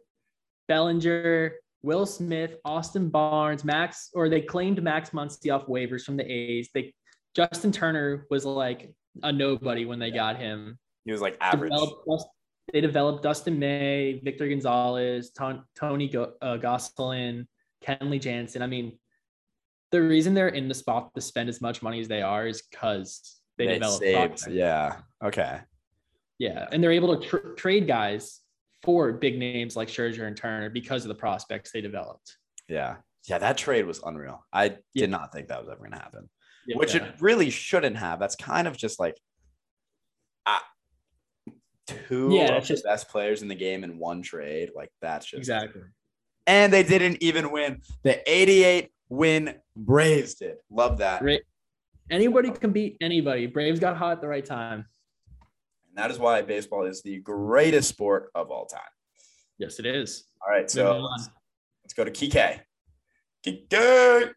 S2: Bellinger, Will Smith, Austin Barnes, Max, or they claimed Max Muncy off waivers from the A's. They Justin Turner was like a nobody when they got him.
S3: He was like average.
S2: Developed Dust- they developed Dustin May, Victor Gonzalez, Ton- Tony Go- uh, Gosselin, Kenley Jansen. I mean, the reason they're in the spot to spend as much money as they are is because they, developed prospects.
S1: saved. Yeah. Okay.
S2: Yeah, and they're able to tr- trade guys for big names like Scherzer and Turner because of the prospects they developed.
S1: Yeah. Yeah, that trade was unreal. I
S2: Yeah.
S1: did not think that was ever going to happen, which it really shouldn't have. That's kind of just like ah, two
S2: Yeah,
S1: of
S2: it's
S1: the
S2: just-
S1: best players in the game in one trade. Like that's just
S2: exactly.
S1: And they didn't even win. The 88 win Braves did. Love that.
S2: Great. Anybody can beat anybody. Braves got hot at the right time.
S1: And that is why baseball is the greatest sport of all time.
S2: Yes, it is.
S1: All right. So
S2: Moving on.
S1: let's, let's go to Kike. Kike.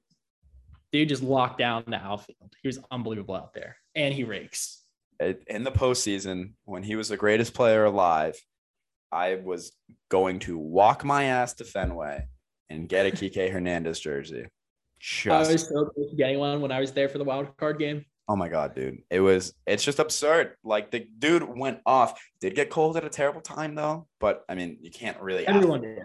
S2: Dude just locked down the outfield. He was unbelievable out there, and he rakes.
S1: it- in the postseason when he was the greatest player alive, I was going to walk my ass to Fenway and get a
S2: [laughs]
S1: Kike Hernandez jersey.
S2: I was
S1: Just
S2: so close to getting one when I was there for the wild card game.
S1: oh my god, dude! It was it's just absurd. Like the dude went off. Did get cold at a terrible time though, but I mean you can't really. ask-
S2: Everyone did.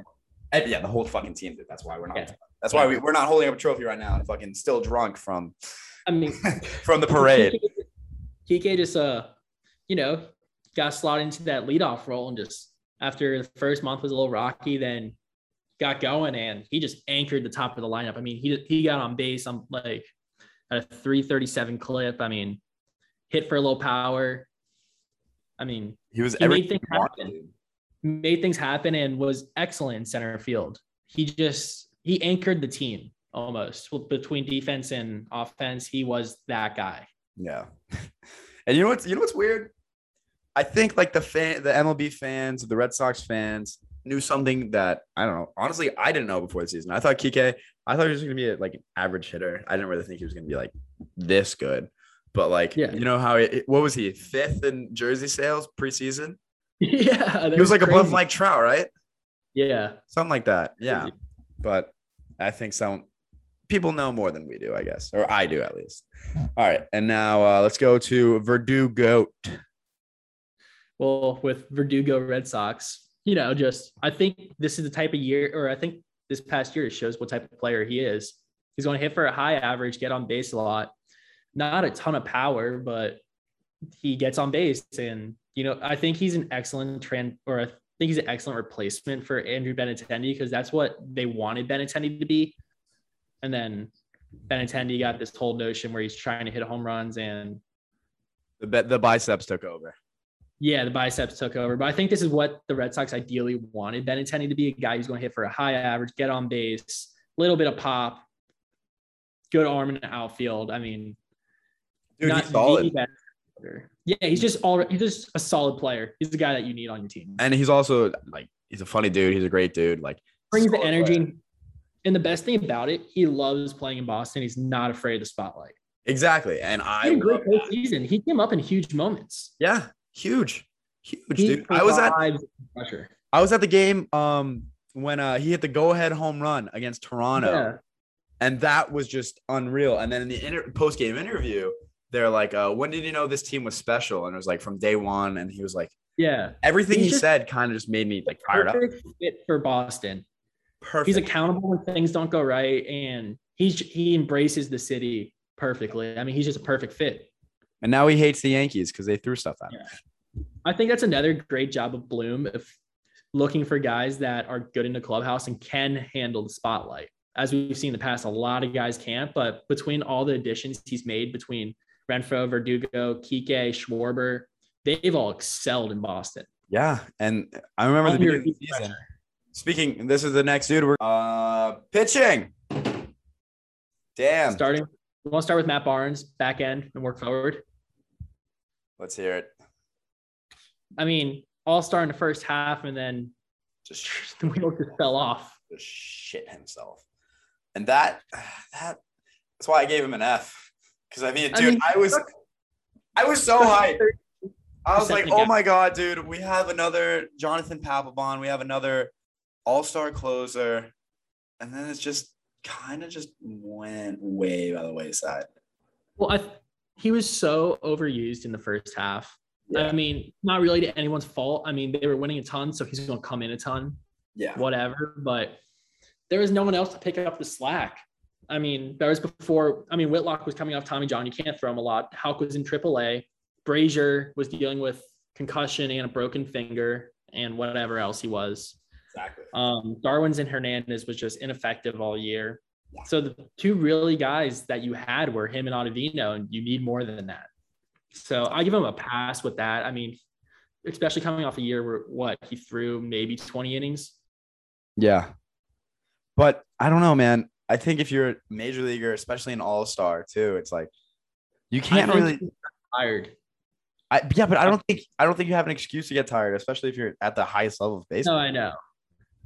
S1: Eh, yeah, the whole fucking team did. That's why we're not.
S2: Yeah.
S1: That's why we, we're not holding up a trophy right now. I'm fucking still drunk from
S2: I mean,
S1: from the parade.
S2: [laughs] Kike just uh, you know, got slotted into that leadoff role and just after the first month was a little rocky, then got going and he just anchored the top of the lineup. I mean, he he got on base on like at a 337 clip. I mean, hit for a low power. I mean,
S1: He was
S2: He made
S1: everything.
S2: things
S1: he wanted,
S2: happen.
S1: dude.
S2: made things happen and was excellent in center field. He just he anchored the team almost Well, between defense and offense. He was that guy. [laughs]
S1: Yeah. [laughs] And you know what's you know what's weird? I think like the fan the MLB fans, the Red Sox fans knew something that I don't know. Honestly, I didn't know before the season. I thought Kike, I thought he was gonna be like an average hitter. I didn't really think he was gonna be like this good. But like,
S2: Yeah.
S1: you know how it, what was he? Fifth in jersey sales preseason?
S2: yeah, that
S1: He was like above
S2: crazy.
S1: Mike Trout, right?
S2: yeah.
S1: Something like that. Yeah. But I think some people know more than we do, I guess. Or I do at least. All right. And now uh, let's go to Verdu Goat.
S2: Well, with Verdugo Red Sox, you know, just I think this is the type of year, or I think this past year shows what type of player he is. He's going to hit for a high average, get on base a lot, not a ton of power, but he gets on base, and you know, I think he's an excellent trend, or I think he's an excellent replacement for Andrew Benatendi because that's what they wanted Benatendi to be, and then Benatendi got this whole notion where he's trying to hit home runs and
S1: The bi- the biceps took over.
S2: Yeah, the biceps took over. But I think this is what the Red Sox ideally wanted. Benintendi to be a guy who's going to hit for a high average, get on base, little bit of pop, good arm in the outfield. I mean,
S1: Dude,
S2: not
S1: he's solid.
S2: the best player. Yeah, he's just all he's just a solid player. He's the guy that you need on your team.
S1: And he's also like he's a funny dude. He's a great dude. Like
S2: Brings the
S1: solid
S2: energy.
S1: player.
S2: And, and the best thing about it, he loves playing in Boston. He's not afraid of the spotlight.
S1: Exactly. And I
S2: He had a
S1: love
S2: great
S1: that.
S2: season. He came up in huge moments.
S1: yeah, huge. Huge
S2: He
S1: dude. I was at
S2: provides pressure.
S1: I was at the game um when uh he hit the go ahead home run against Toronto.
S2: Yeah.
S1: and that was just unreal. And then in the inter- post game interview, they're like, uh, "When did you know this team was special?" And it was like from day one. And he was like,
S2: Yeah.
S1: everything
S2: He's
S1: he
S2: just-
S1: said kind of just made me like fired up.
S2: Perfect fit for Boston.
S1: Perfect.
S2: he's accountable when things don't go right and he's he embraces the city perfectly i mean he's just a perfect fit
S1: and now he hates the Yankees because they threw stuff at him.
S2: I think that's another great job of Bloom of looking for guys that are good in the clubhouse and can handle the spotlight. As we've seen in the past, a lot of guys can't, but between all the additions he's made between Renfro, Verdugo, Kike, Schwarber, they've all excelled in Boston.
S4: Yeah, and I remember the
S2: Under
S4: beginning of the
S2: heat
S4: season. Speaking, this is the next dude. We're uh pitching. Damn.
S2: Starting, we want to start with Matt Barnes, back end, and work forward.
S4: Let's hear it.
S2: I mean, all star in the first half, and then
S1: Just
S2: [laughs] the wheel just fell off.
S1: just shit himself. And that that that's why I gave him an F. Because I mean,
S2: I
S1: dude, I,
S2: mean,
S1: was Oh, I was
S2: [laughs]
S1: so hyped. I was like,
S2: Percent
S1: oh
S2: again.
S1: my god, dude, we have another Jonathan Papelbon, we have another all-star closer. And then it's just kind of just went way by the wayside.
S2: Well, I th- he was so overused in the first half.
S1: Yeah.
S2: I mean, not really to anyone's fault. I mean, they were winning a ton, so he's going to come in a ton,
S1: Yeah.
S2: whatever. But there was no one else to pick up the slack. I mean, that was before. I mean, Whitlock was coming off Tommy John. You can't throw him a lot. Hauk was in AAA. Brazier was dealing with concussion and a broken finger and whatever else he was.
S1: Exactly.
S2: Um, Darwin's and Hernandez was just ineffective all year.
S1: Yeah.
S2: So the two really guys that you had were him and Ottavino, and you need more than that. So I give him a pass with that. I mean, especially coming off a year where what he threw maybe 20 innings.
S4: Yeah. But I don't know, man. I think if you're a major leaguer, especially an all-star too, it's like you can't
S2: I think
S4: really
S2: he's tired.
S4: I, yeah, but I don't think I don't think you have an excuse to get tired, especially if you're at the highest level of
S2: No,
S4: baseball.
S2: I know.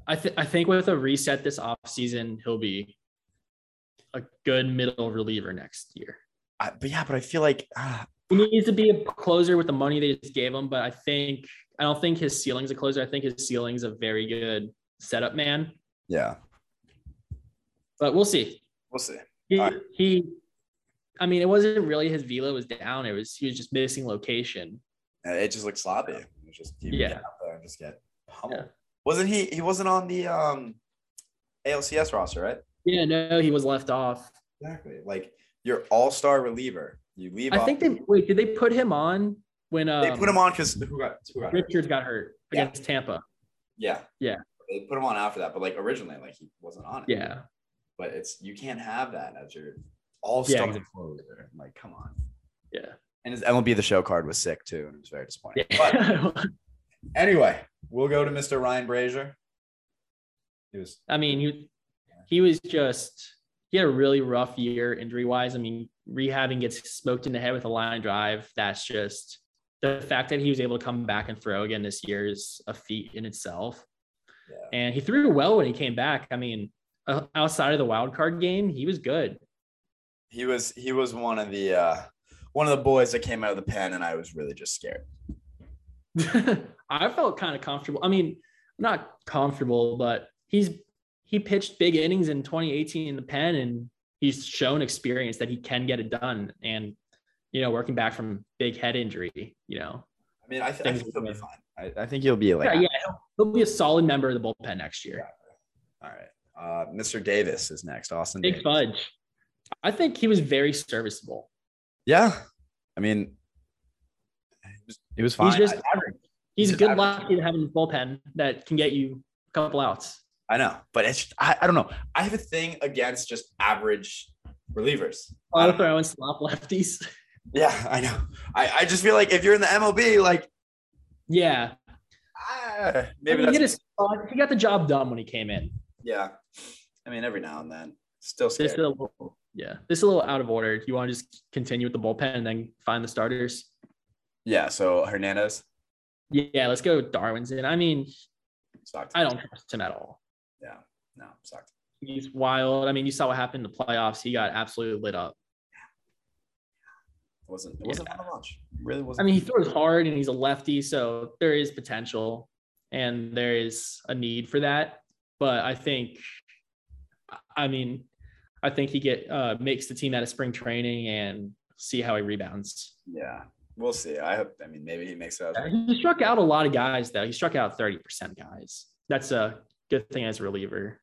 S2: I th- I think with a reset this offseason, he'll be a good middle reliever next year.
S4: I, but yeah, but I feel like ah,
S2: He needs to be a closer with the money they just gave him, but I think I don't think his ceiling's a closer. I think his ceiling's a very good setup man.
S4: yeah,
S2: But we'll see.
S1: We'll see.
S2: He,
S1: All right.
S2: he I mean, it wasn't really his velo was down. It was he was just missing location.
S1: And It just looked sloppy. It was just he would
S2: Yeah.
S1: get out there and just get pummeled.
S2: Yeah.
S1: Wasn't he he wasn't on the um ALCS roster, right?
S2: Yeah, no, he was left off.
S1: Exactly. Like your all-star reliever. You leave
S2: I
S1: off-
S2: think they wait. Did they put him on when uh
S1: they put him on because who got who got hurt?
S2: Richards got hurt
S1: Yeah.
S2: against Tampa?
S1: Yeah.
S2: Yeah.
S1: They put him on after that, but like originally, like he wasn't on it.
S2: Yeah,
S1: But it's you can't have that as your all-star
S2: exactly.
S1: closer. Like, come on.
S2: yeah,
S4: and his MLB the Show card was sick too, and it was very disappointing.
S2: yeah. [laughs]
S1: Anyway, we'll go to Mr. Ryan Brazier. He was
S2: I mean, he, he was just he had a really rough year injury wise. I mean, rehabbing gets smoked in the head with a line drive. That's just the fact that he was able to come back and throw again this year is a feat in itself.
S1: Yeah.
S2: And he threw well when he came back. I mean, o- outside of the wild card game, he was good.
S1: he was he was one of the uh one of the boys that came out of the pen, and I was really just scared.
S2: [laughs] I felt kind of comfortable. I mean, not comfortable, but he's he pitched big innings in 2018 in the pen, and he's shown experience that he can get it done. And you know, working back from big head injury, you know,
S1: I mean, I, th- I
S2: Things
S1: think he'll be
S2: were-
S1: fine.
S4: I, I think he'll be like,
S2: yeah, yeah, he'll, he'll be a solid member of the bullpen next year.
S1: All right. Uh, Mr. Davis is next. Austin.
S2: Big
S1: Davis.
S2: fudge. I think he was very serviceable.
S4: yeah. I mean, it was, it was fine.
S2: He's just
S4: I-
S2: average. He's,
S4: He's
S2: good
S4: average.
S2: luck in having a bullpen that can get you a couple outs.
S1: I know, but it's I, I don't know. I have a thing against just average relievers. I
S2: Auto
S1: don't know.
S2: throw and slop lefties. [laughs]
S1: Yeah, I know. I, I just feel like if you're in the MLB, like
S2: yeah,
S1: ah,
S2: I
S1: maybe
S2: mean,
S1: that's
S2: he, did his- uh, he got the job done when he came in.
S1: yeah. I mean, every now and then, still
S2: This is
S1: scared.
S2: a little, yeah, this is a little out of order. You want to just continue with the bullpen and then find the starters?
S1: Yeah. So Hernandez,
S2: Yeah, let's go with Darwin's in. I mean,
S1: sucked.
S2: I don't trust him at all.
S1: No, sucked.
S2: He's wild. I mean, you saw what happened in the playoffs. He got absolutely lit up.
S1: It wasn't. It wasn't fun to watch. It really
S2: I
S1: wasn't.
S2: mean, he throws hard and he's a lefty, so there is potential and there is a need for that. But I think, I mean, I think he get uh, makes the team out of spring training and see how he rebounds.
S1: yeah, we'll see. I hope. I mean, maybe he makes it. Up.
S2: He struck out a lot of guys, though. He struck out 30% guys. That's a good thing as a reliever.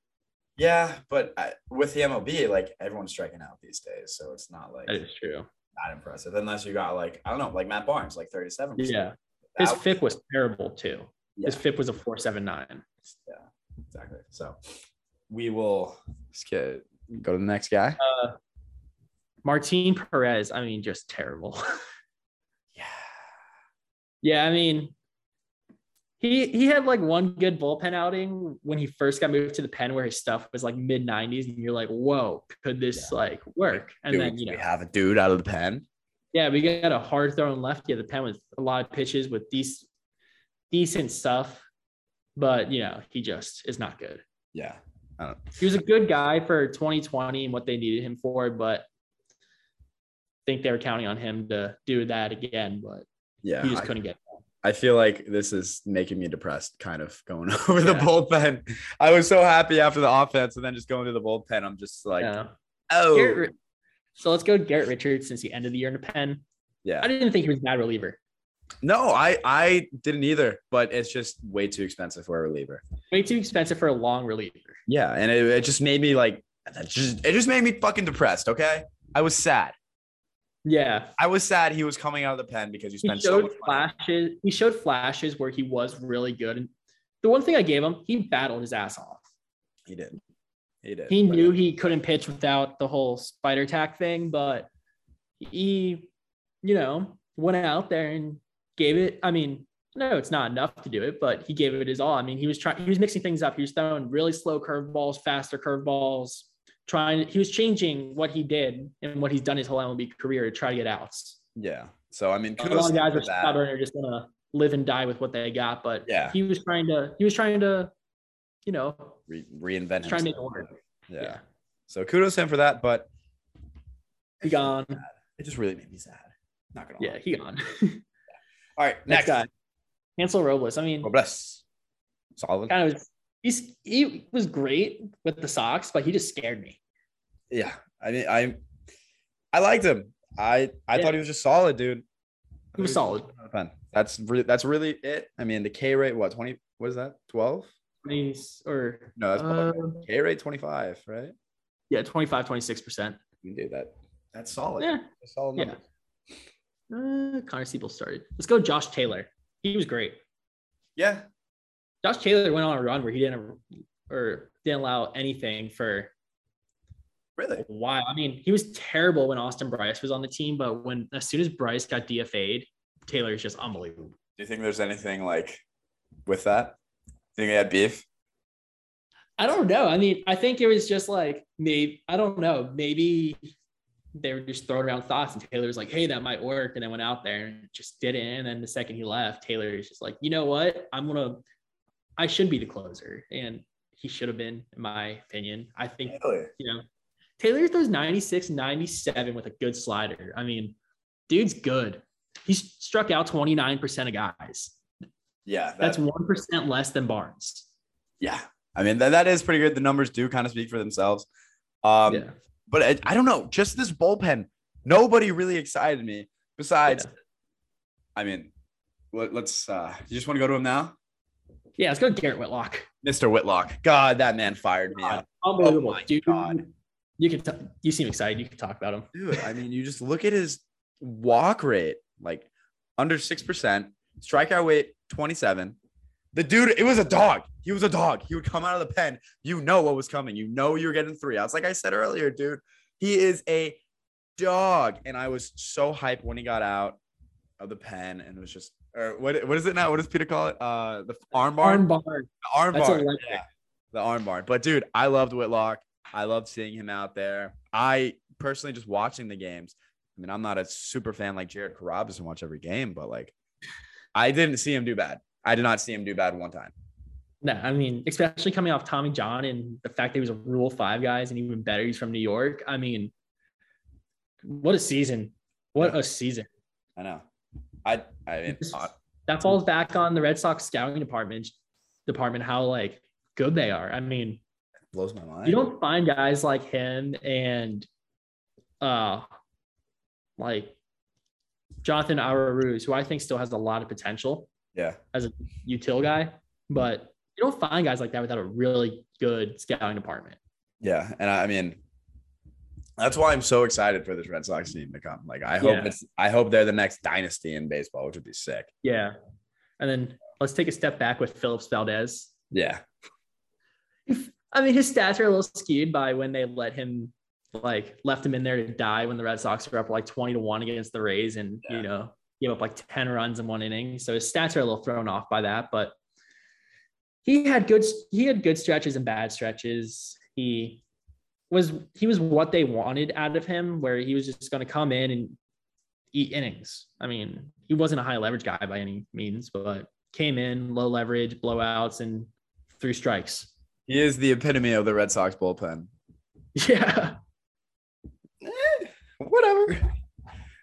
S1: Yeah, but I, with the MLB, like everyone's striking out these days, so it's not like
S2: That is true.
S1: that impressive unless you got like I don't know, like Matt Barnes, like thirty-seven.
S2: Yeah. His
S3: Ouch.
S2: FIP was terrible too. His
S1: Yeah.
S2: FIP was a 479.
S1: Exactly. So we will skip, go to the next guy.
S2: Martin Perez, I mean, just terrible. [laughs]
S3: Yeah.
S2: yeah, I mean, he he had like one good bullpen outing when he first got moved to the pen where his stuff was like mid 90s, and you're like, whoa, could this like work? And
S1: Dude,
S2: then you know,
S1: we have a dude out of the pen.
S2: yeah, we got a hard throwing lefty at the pen with a lot of pitches with decent decent stuff, but you know, he just is not good.
S1: Yeah.
S2: he was a good guy for 2020 and what they needed him for, but I think they were counting on him to do that again, but
S1: Yeah.
S2: he just
S1: I-
S2: couldn't get.
S1: I feel like this is making me depressed, kind of going [laughs] over the
S2: Yeah.
S1: bullpen. I was so happy after the offense, and then just going to the bullpen. I'm just like,
S2: yeah.
S1: oh,
S2: Garrett Ri- so let's go Garrett Richards since he ended the year in a pen. I
S1: yeah.
S2: didn't think he was a bad reliever.
S1: No, I I didn't either, but it's just way too expensive for a reliever.
S2: Way too expensive for a long reliever.
S1: Yeah, and it, it just made me like, that just it just made me fucking depressed. Okay, I was sad.
S2: Yeah.
S1: I was sad he was coming out of the pen because you
S2: He
S1: spent so
S2: showed
S1: much money.
S2: flashes. He showed flashes where he was really good. And the one thing I gave him, he battled his ass off.
S1: He did. He did.
S2: he
S1: but-
S2: knew he couldn't pitch without the whole spider tack thing, but he, you know, went out there and gave it. I mean, no, it's not enough to do it, but he gave it his all. I mean, he was trying, he was mixing things up. He was throwing really slow curveballs, faster curveballs, trying, he was changing what he did and what he's done his whole MLB career to try to get outs.
S1: Yeah. So I mean,
S2: A lot
S1: kudos
S2: of
S1: to him
S2: guys
S1: for
S2: are
S1: that.
S2: stubborn or just gonna live and die with what they got, but
S1: Yeah.
S2: he was trying to, he was trying to, you know,
S1: Re- reinvent
S2: trying to make it
S1: himself.
S2: work.
S1: Yeah. So kudos to him for that, but
S2: He gone.
S1: it just really made me sad. Not gonna
S2: Yeah, he gone. [laughs]
S1: All right, next,
S2: Next guy, Hansel Robles. I mean,
S1: Robles. Solid.
S2: kind of, he's he was great with the Sox, but he just scared me.
S1: Yeah, I mean, I, I liked him. I I
S2: Yeah.
S1: thought he was just solid, dude.
S2: He was solid.
S1: Fun. That's re- that's really it. I mean, the K rate, what twenty? What is that? Twelve?
S2: He's or
S1: No, that's
S2: uh,
S1: K rate twenty five, right?
S2: yeah, 25, 26 percent.
S1: You can do that. That's solid.
S2: Yeah,
S1: That's solid
S2: Yeah.
S1: numbers.
S2: uh, Connor Siebel started. Let's go, Josh Taylor. He was great.
S1: Yeah.
S2: Josh Taylor went on a run where he didn't or didn't allow anything for
S1: Really?
S2: a while. I mean, he was terrible when Austin Bryce was on the team, but when as soon as Bryce got DFA'd, Taylor is just unbelievable.
S3: Do you think there's anything like with that? Think they had beef?
S2: I don't know. I mean, I think it was just like maybe I don't know. Maybe they were just throwing around thoughts, and Taylor was like, "Hey, that might work," and then went out there and just didn't. And then the second he left, Taylor is just like, "You know what? I'm gonna. I should be the closer, and he should have been, in my opinion. I think
S3: Really?
S2: you know, Taylor throws 96, 97 with a good slider. I mean, dude's good. He struck out 29% of guys.
S3: Yeah.
S2: That's
S3: That's
S2: one percent less than Barnes.
S1: Yeah. I mean, that, that is pretty good. The numbers do kind of speak for themselves. Um,
S2: yeah.
S1: but I, I don't know. Just this bullpen, nobody really excited me. Besides, I mean, let, let's. Uh, you just want to go to him now,
S2: yeah, let's go Garrett Whitlock.
S1: Mr. Whitlock. God, that man fired me up,
S2: Unbelievable,
S1: Oh my
S2: dude.
S1: God.
S2: You can. T- you seem excited. You can talk about him.
S1: dude. I mean, you just look at his walk rate, like under six percent, strikeout rate twenty seven. The dude, it was a dog. He was a dog. He would come out of the pen. You know what was coming. You know you were getting three outs. Like I said earlier, dude, he is a dog. And I was so hyped when he got out of the pen and was just, or what, what is it now? What does Peter call it? Uh, the arm bar?
S2: Barn Barn.
S1: The arm
S2: That's
S1: bar.
S2: electric.
S1: Yeah, the arm bar. But dude, I loved Whitlock. I loved seeing him out there. I personally just watching the games. I mean, I'm not a super fan like Jared Carrab doesn't watch every game, but like I didn't see him do bad. I did not see him do bad one time.
S2: No, I mean, especially coming off Tommy John and the fact that he was a Rule Five guys, and even better, he's from New York. I mean, what a season! What a season!
S1: I know. I I mean
S2: This-
S1: uh,
S2: That falls back on the Red Sox scouting department. Department, how like good they are. I mean,
S1: blows my mind.
S2: you don't find guys like him and uh like Jonathan Araruz, who I think still has a lot of potential
S1: yeah.
S2: util guy, but you don't find guys like that without a really good scouting department.
S1: Yeah. And I, I mean that's why I'm so excited for this Red Sox team to come. Like I hope
S2: Yeah.
S1: it's I hope they're the next dynasty in baseball, which would be sick.
S2: Yeah. And then let's take a step back with Phillips Valdez.
S5: Yeah.
S2: I mean, his stats are a little skewed by when they let him, like, left him in there to die when the Red Sox were up like 20 to 1 against the Rays and,
S5: Yeah.
S2: you know, gave up like 10 runs in one inning. So his stats are a little thrown off by that, but he had good he had good stretches and bad stretches. He was he was what they wanted out of him where he was just going to come in and eat innings. I mean, he wasn't a high leverage guy by any means, but came in low leverage, blowouts and threw strikes. [laughs]
S5: He is the epitome of the Red Sox bullpen.
S2: Yeah.
S5: Eh, Whatever.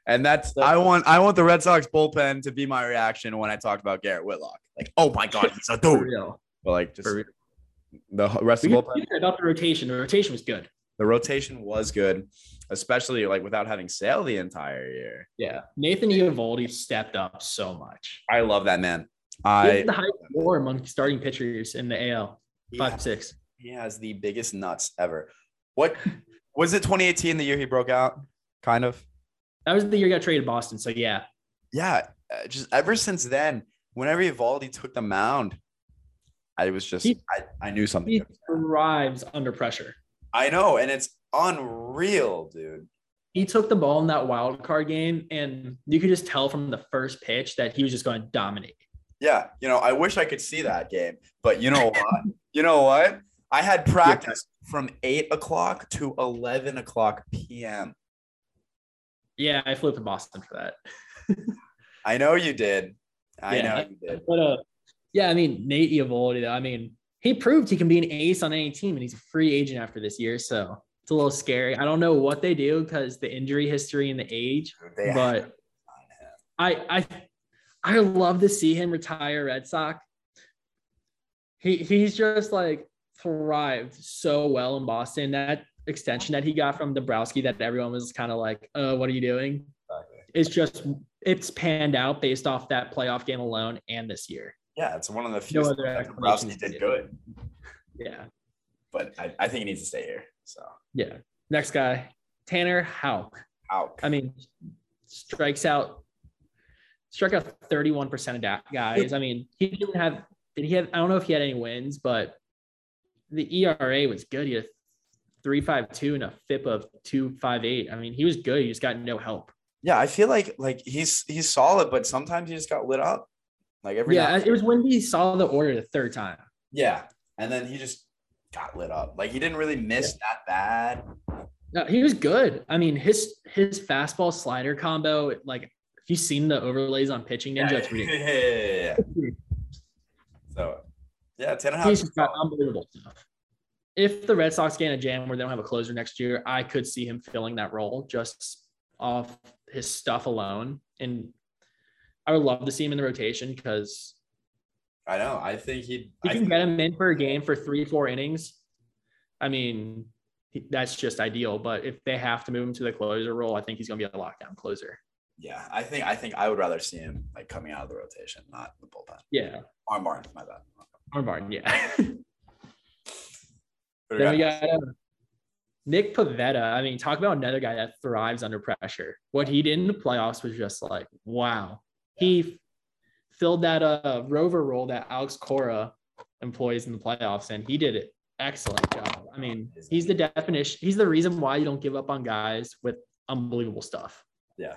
S5: And that's I want I want the Red Sox bullpen to be my reaction when I talked about Garrett Whitlock. Like, oh my god, he's a
S2: For
S5: dude.
S2: real.
S5: But like just
S2: For real.
S5: the rest of
S2: We
S5: the
S2: can
S5: bullpen.
S2: forget about the rotation. The rotation was good.
S5: the rotation was good, especially like without having Sale the entire year.
S2: Yeah. Nathan Eovaldi stepped up so much.
S5: I love that man.
S2: He
S5: I
S2: has the highest war among starting pitchers in the AL.
S1: He,
S2: Five six.
S1: he has the biggest nuts ever. What was it 2018 the year he broke out?
S5: kind of
S2: That was the year he got traded to Boston. So yeah.
S1: Yeah, uh, just ever since then, whenever Evaldi took the mound, I was just
S2: He-
S1: I, I knew something.
S2: He thrives under pressure.
S1: I know, and it's unreal, dude.
S2: He took the ball in that wild card game, and you could just tell from the first pitch that he was just going to dominate.
S1: Yeah, you know, I wish I could see that game, but you know what? you know what? I had practice from eight o'clock to eleven o'clock p.m.
S2: Yeah, I flew up to Boston for that.
S1: I know you did. I
S2: Yeah.
S1: know you did.
S2: But uh, yeah, I mean Nate Eovaldi. though, I mean, he proved he can be an ace on any team, and he's a free agent after this year, so it's a little scary. I don't know what they do because the injury history and the age,
S1: They
S2: but I I I love to see him retire Red Sox. He he's just like thrived so well in Boston. That extension that he got from Dombrowski that everyone was kind of like, uh, what are you doing? It's just it's panned out based off that playoff game alone and this year.
S1: yeah, it's one of the few
S2: other
S1: that
S2: explanation
S1: Dombrowski
S2: to
S1: did
S2: it.
S1: good,
S2: Yeah.
S1: but I, I think he needs to stay here. So
S2: Yeah. Next guy, Tanner Houck.
S1: how
S2: I mean, strikes out, struck out 31% of da- guys. I mean, he didn't have, did he have, I don't know if he had any wins, but the ERA was good. He had a 352 and a FIP of 258. I mean, he was good. He just got no help.
S1: yeah, I feel like like he's he's solid, but sometimes he just got lit up. Like every
S2: Yeah.
S1: now-
S2: It was when we saw the order the third time.
S1: yeah, and then he just got lit up. Like he didn't really miss that bad.
S2: No, he was good. I mean, his his fastball slider combo, like if you've seen the overlays on pitching ninja,
S1: [laughs]
S2: it's ridiculous.
S1: yeah, yeah, yeah. So yeah, Tannehill.
S2: He's just got unbelievable stuff. If the Red Sox get in a jam where they don't have a closer next year, I could see him filling that role just off his stuff alone. And I would love to see him in the rotation because
S1: I know. I think he.
S2: you
S1: I
S2: can
S1: think-
S2: get him in for a game for three, four innings. I mean, he- that's just ideal. But if they have to move him to the closer role, I think he's going to be a lockdown closer.
S1: Yeah, I think I think I would rather see him like coming out of the rotation, not the bullpen.
S2: Yeah.
S1: Arm Martin, my bad.
S2: Or Martin, yeah. [laughs]
S1: Who do
S2: Then we
S1: we got?
S2: got uh, Nick Pavetta. I mean, talk about another guy that thrives under pressure. What he did in the playoffs was just like, wow. He f- filled that uh, rover role that Alex Cora employs in the playoffs, and he did it. Excellent job. I mean, he's the definition. He's the reason why you don't give up on guys with unbelievable stuff.
S1: Yeah,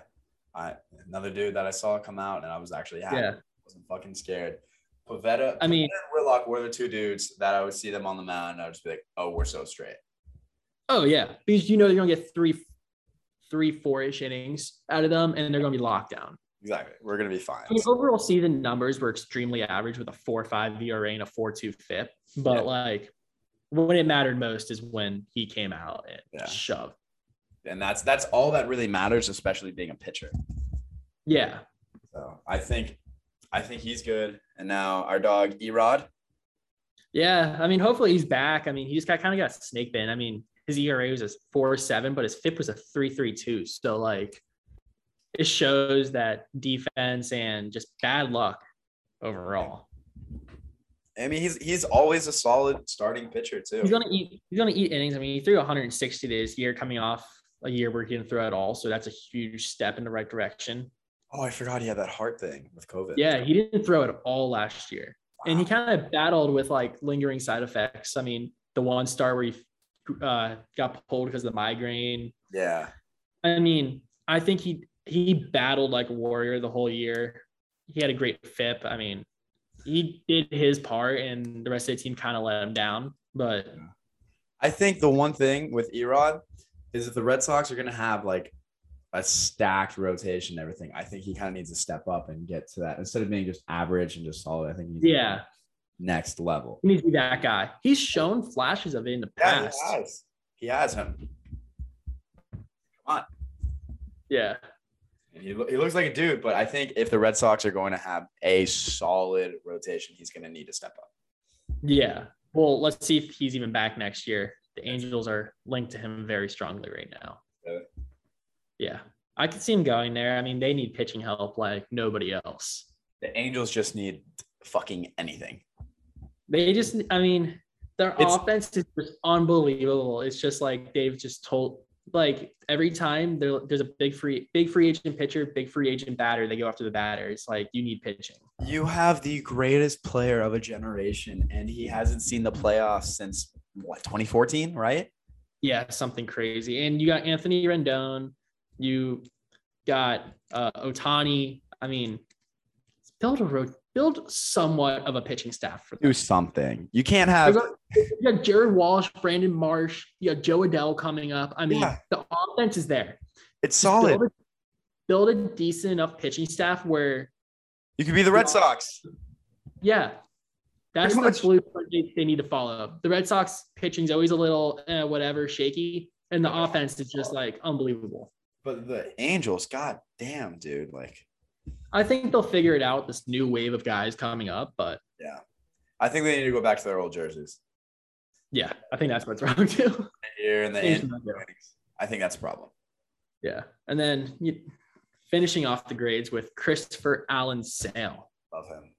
S1: I another dude that I saw come out, and I was actually happy.
S2: Yeah.
S1: I wasn't fucking scared. Pavetta.
S2: I mean-
S1: Pavetta and Whitlock were the two dudes that I would see them on the mound, and I would just be like, "Oh, we're so straight."
S2: Oh yeah, because you know you're gonna get three, three, four-ish innings out of them, and they're gonna be locked down.
S1: Exactly. We're gonna be fine.
S2: I mean, overall season numbers were extremely average with a 4-5 ERA and E a 4-2 FIP. But
S1: Yeah.
S2: like when it mattered most is when he came out and
S1: Yeah.
S2: shoved.
S1: and that's that's all that really matters, especially being a pitcher.
S2: Yeah.
S1: So I think, I think he's good. And now our dog Erod.
S2: Yeah. I mean, hopefully he's back. I mean, he just got kind of got snake bit. I mean, his ERA was a 4-7, but his FIP was a 3-3-2. So like it shows that defense and just bad luck overall.
S1: I mean, he's he's always a solid starting pitcher too.
S2: He's gonna eat. He's gonna eat innings. I mean, he threw 160 this year, coming off a year where he didn't throw at all. So that's a huge step in the right direction.
S3: Oh, I forgot he had that heart thing with COVID.
S2: Yeah, he didn't throw it all last year. And he kind of battled with like lingering side effects. I mean, the one star where he uh, got pulled because of the migraine.
S3: Yeah.
S2: I mean, I think he he battled like a warrior the whole year. He had a great FIP. I mean, he did his part, and the rest of the team kind of let him down. But
S1: I think the one thing with Erod is if the Red Sox are going to have like a stacked rotation and everything, I think he kind of needs to step up and get to that instead of being just average and just solid. I think he needs to
S2: yeah,
S1: next level.
S2: he needs to be that guy. He's shown flashes of it in the
S3: Yeah,
S2: past.
S3: he has. He has him.
S2: Yeah.
S3: And he, lo- he looks like a dude, but I think if the Red Sox are going to have a solid rotation, he's going to need to step up.
S2: Yeah. Well, let's see if he's even back next year. The Angels are linked to him very strongly right now.
S3: Really?
S2: Yeah. I could see him going there. I mean, they need pitching help like nobody else.
S3: The Angels just need fucking anything.
S2: They just, I mean, their
S1: It's-
S2: offense is just unbelievable. It's just like they've just told, like every time there- there's a big free, big free agent pitcher, big free agent batter, they go after the batter. It's like you need pitching.
S1: You have the greatest player of a generation, and he hasn't seen the playoffs since what 2014, right?
S2: Yeah, something crazy. And you got Anthony Rendon, you got uh, Otani. I mean, build a road, build somewhat of a pitching staff for them.
S1: Do something. You can't have.
S2: You got, you got Jared Walsh, Brandon Marsh, you got Joe Adell coming up. I mean,
S3: Yeah.
S2: the offense is there.
S3: It's
S2: Build
S3: solid.
S2: a, build a decent enough pitching staff where,
S3: You could be the Red Sox.
S2: yeah, that's
S3: Pretty
S2: the
S3: much.
S2: blueprint they, they need to follow. The Red Sox pitching's always a little eh, whatever shaky, and the offense is just like unbelievable.
S3: But the Angels, god damn, dude. Like,
S2: I think they'll figure it out. This new wave of guys coming up, but
S3: I think they need to go back to their old jerseys.
S2: yeah, I think that's what's [laughs] wrong too.
S3: Here and the
S2: Change
S3: end.
S2: them up,
S3: I think that's a problem.
S2: yeah, and then you, finishing off the grades with Christopher Allen Sale.
S3: Love him.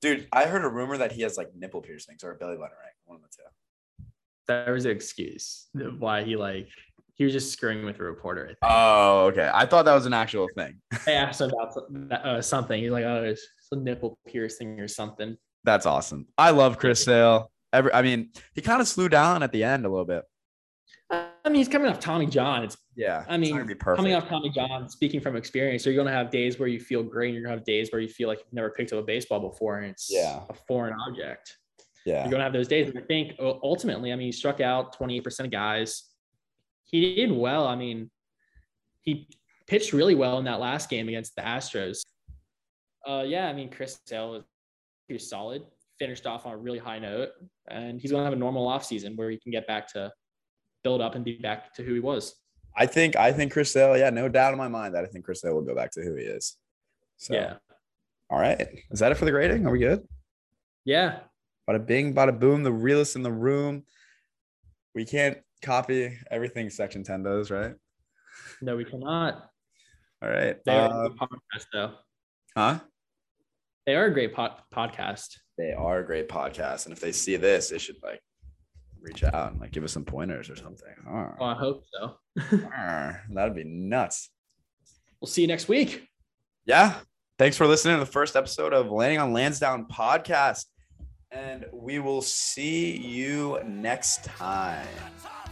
S3: Dude, I heard a rumor that he has like nipple piercings or a belly button ring. One of the two.
S2: That was an excuse of why he like he was just screwing with the reporter. I think.
S1: Oh, okay. I thought that was an actual thing.
S2: They asked him about some- uh, something. He's like, oh, it's a nipple piercing or something.
S1: That's awesome. I love Chris Sale. Every, I mean, he kind of slew down at the end a little bit.
S2: I mean, he's coming off Tommy John. It's
S1: Yeah.
S2: I
S1: it's
S2: mean,
S1: not gonna be perfect.
S2: coming off Tommy John, speaking from experience, you're going to have days where you feel great. And you're going to have days where you feel like you've never picked up a baseball before and it's
S3: Yeah.
S2: a foreign object.
S3: Yeah.
S2: You're going to have those days. And I think u- ultimately, I mean, he struck out 28% of guys. He did well. I mean, he pitched really well in that last game against the Astros. Uh, yeah, I mean, Chris Sale was, he was solid, finished off on a really high note, and he's going to have a normal offseason where he can get back to build up and be back to who he was.
S1: I think I think Chris Sale, yeah, no doubt in my mind that I think Chris Sale will go back to who he is. So
S2: Yeah.
S1: all right. Is that it for the grading? Are we good?
S2: Yeah.
S1: Bada bing, bada boom, the realest in the room. We can't copy everything section 10 does, right?
S2: No, we cannot.
S1: All right.
S2: They are
S1: Uh,
S2: a good podcast, though.
S1: huh?
S2: They are a great pod- podcast.
S3: They are a great podcast. And if they see this, they should like reach out and like give us some pointers or something.
S1: Arr,
S2: Well, Oh, I hope so.
S1: arr. That'd be nuts.
S2: We'll see you next week.
S1: Yeah. Thanks for listening to the first episode of Landing on Lansdowne podcast.
S3: And we will see you next time.
S6: time.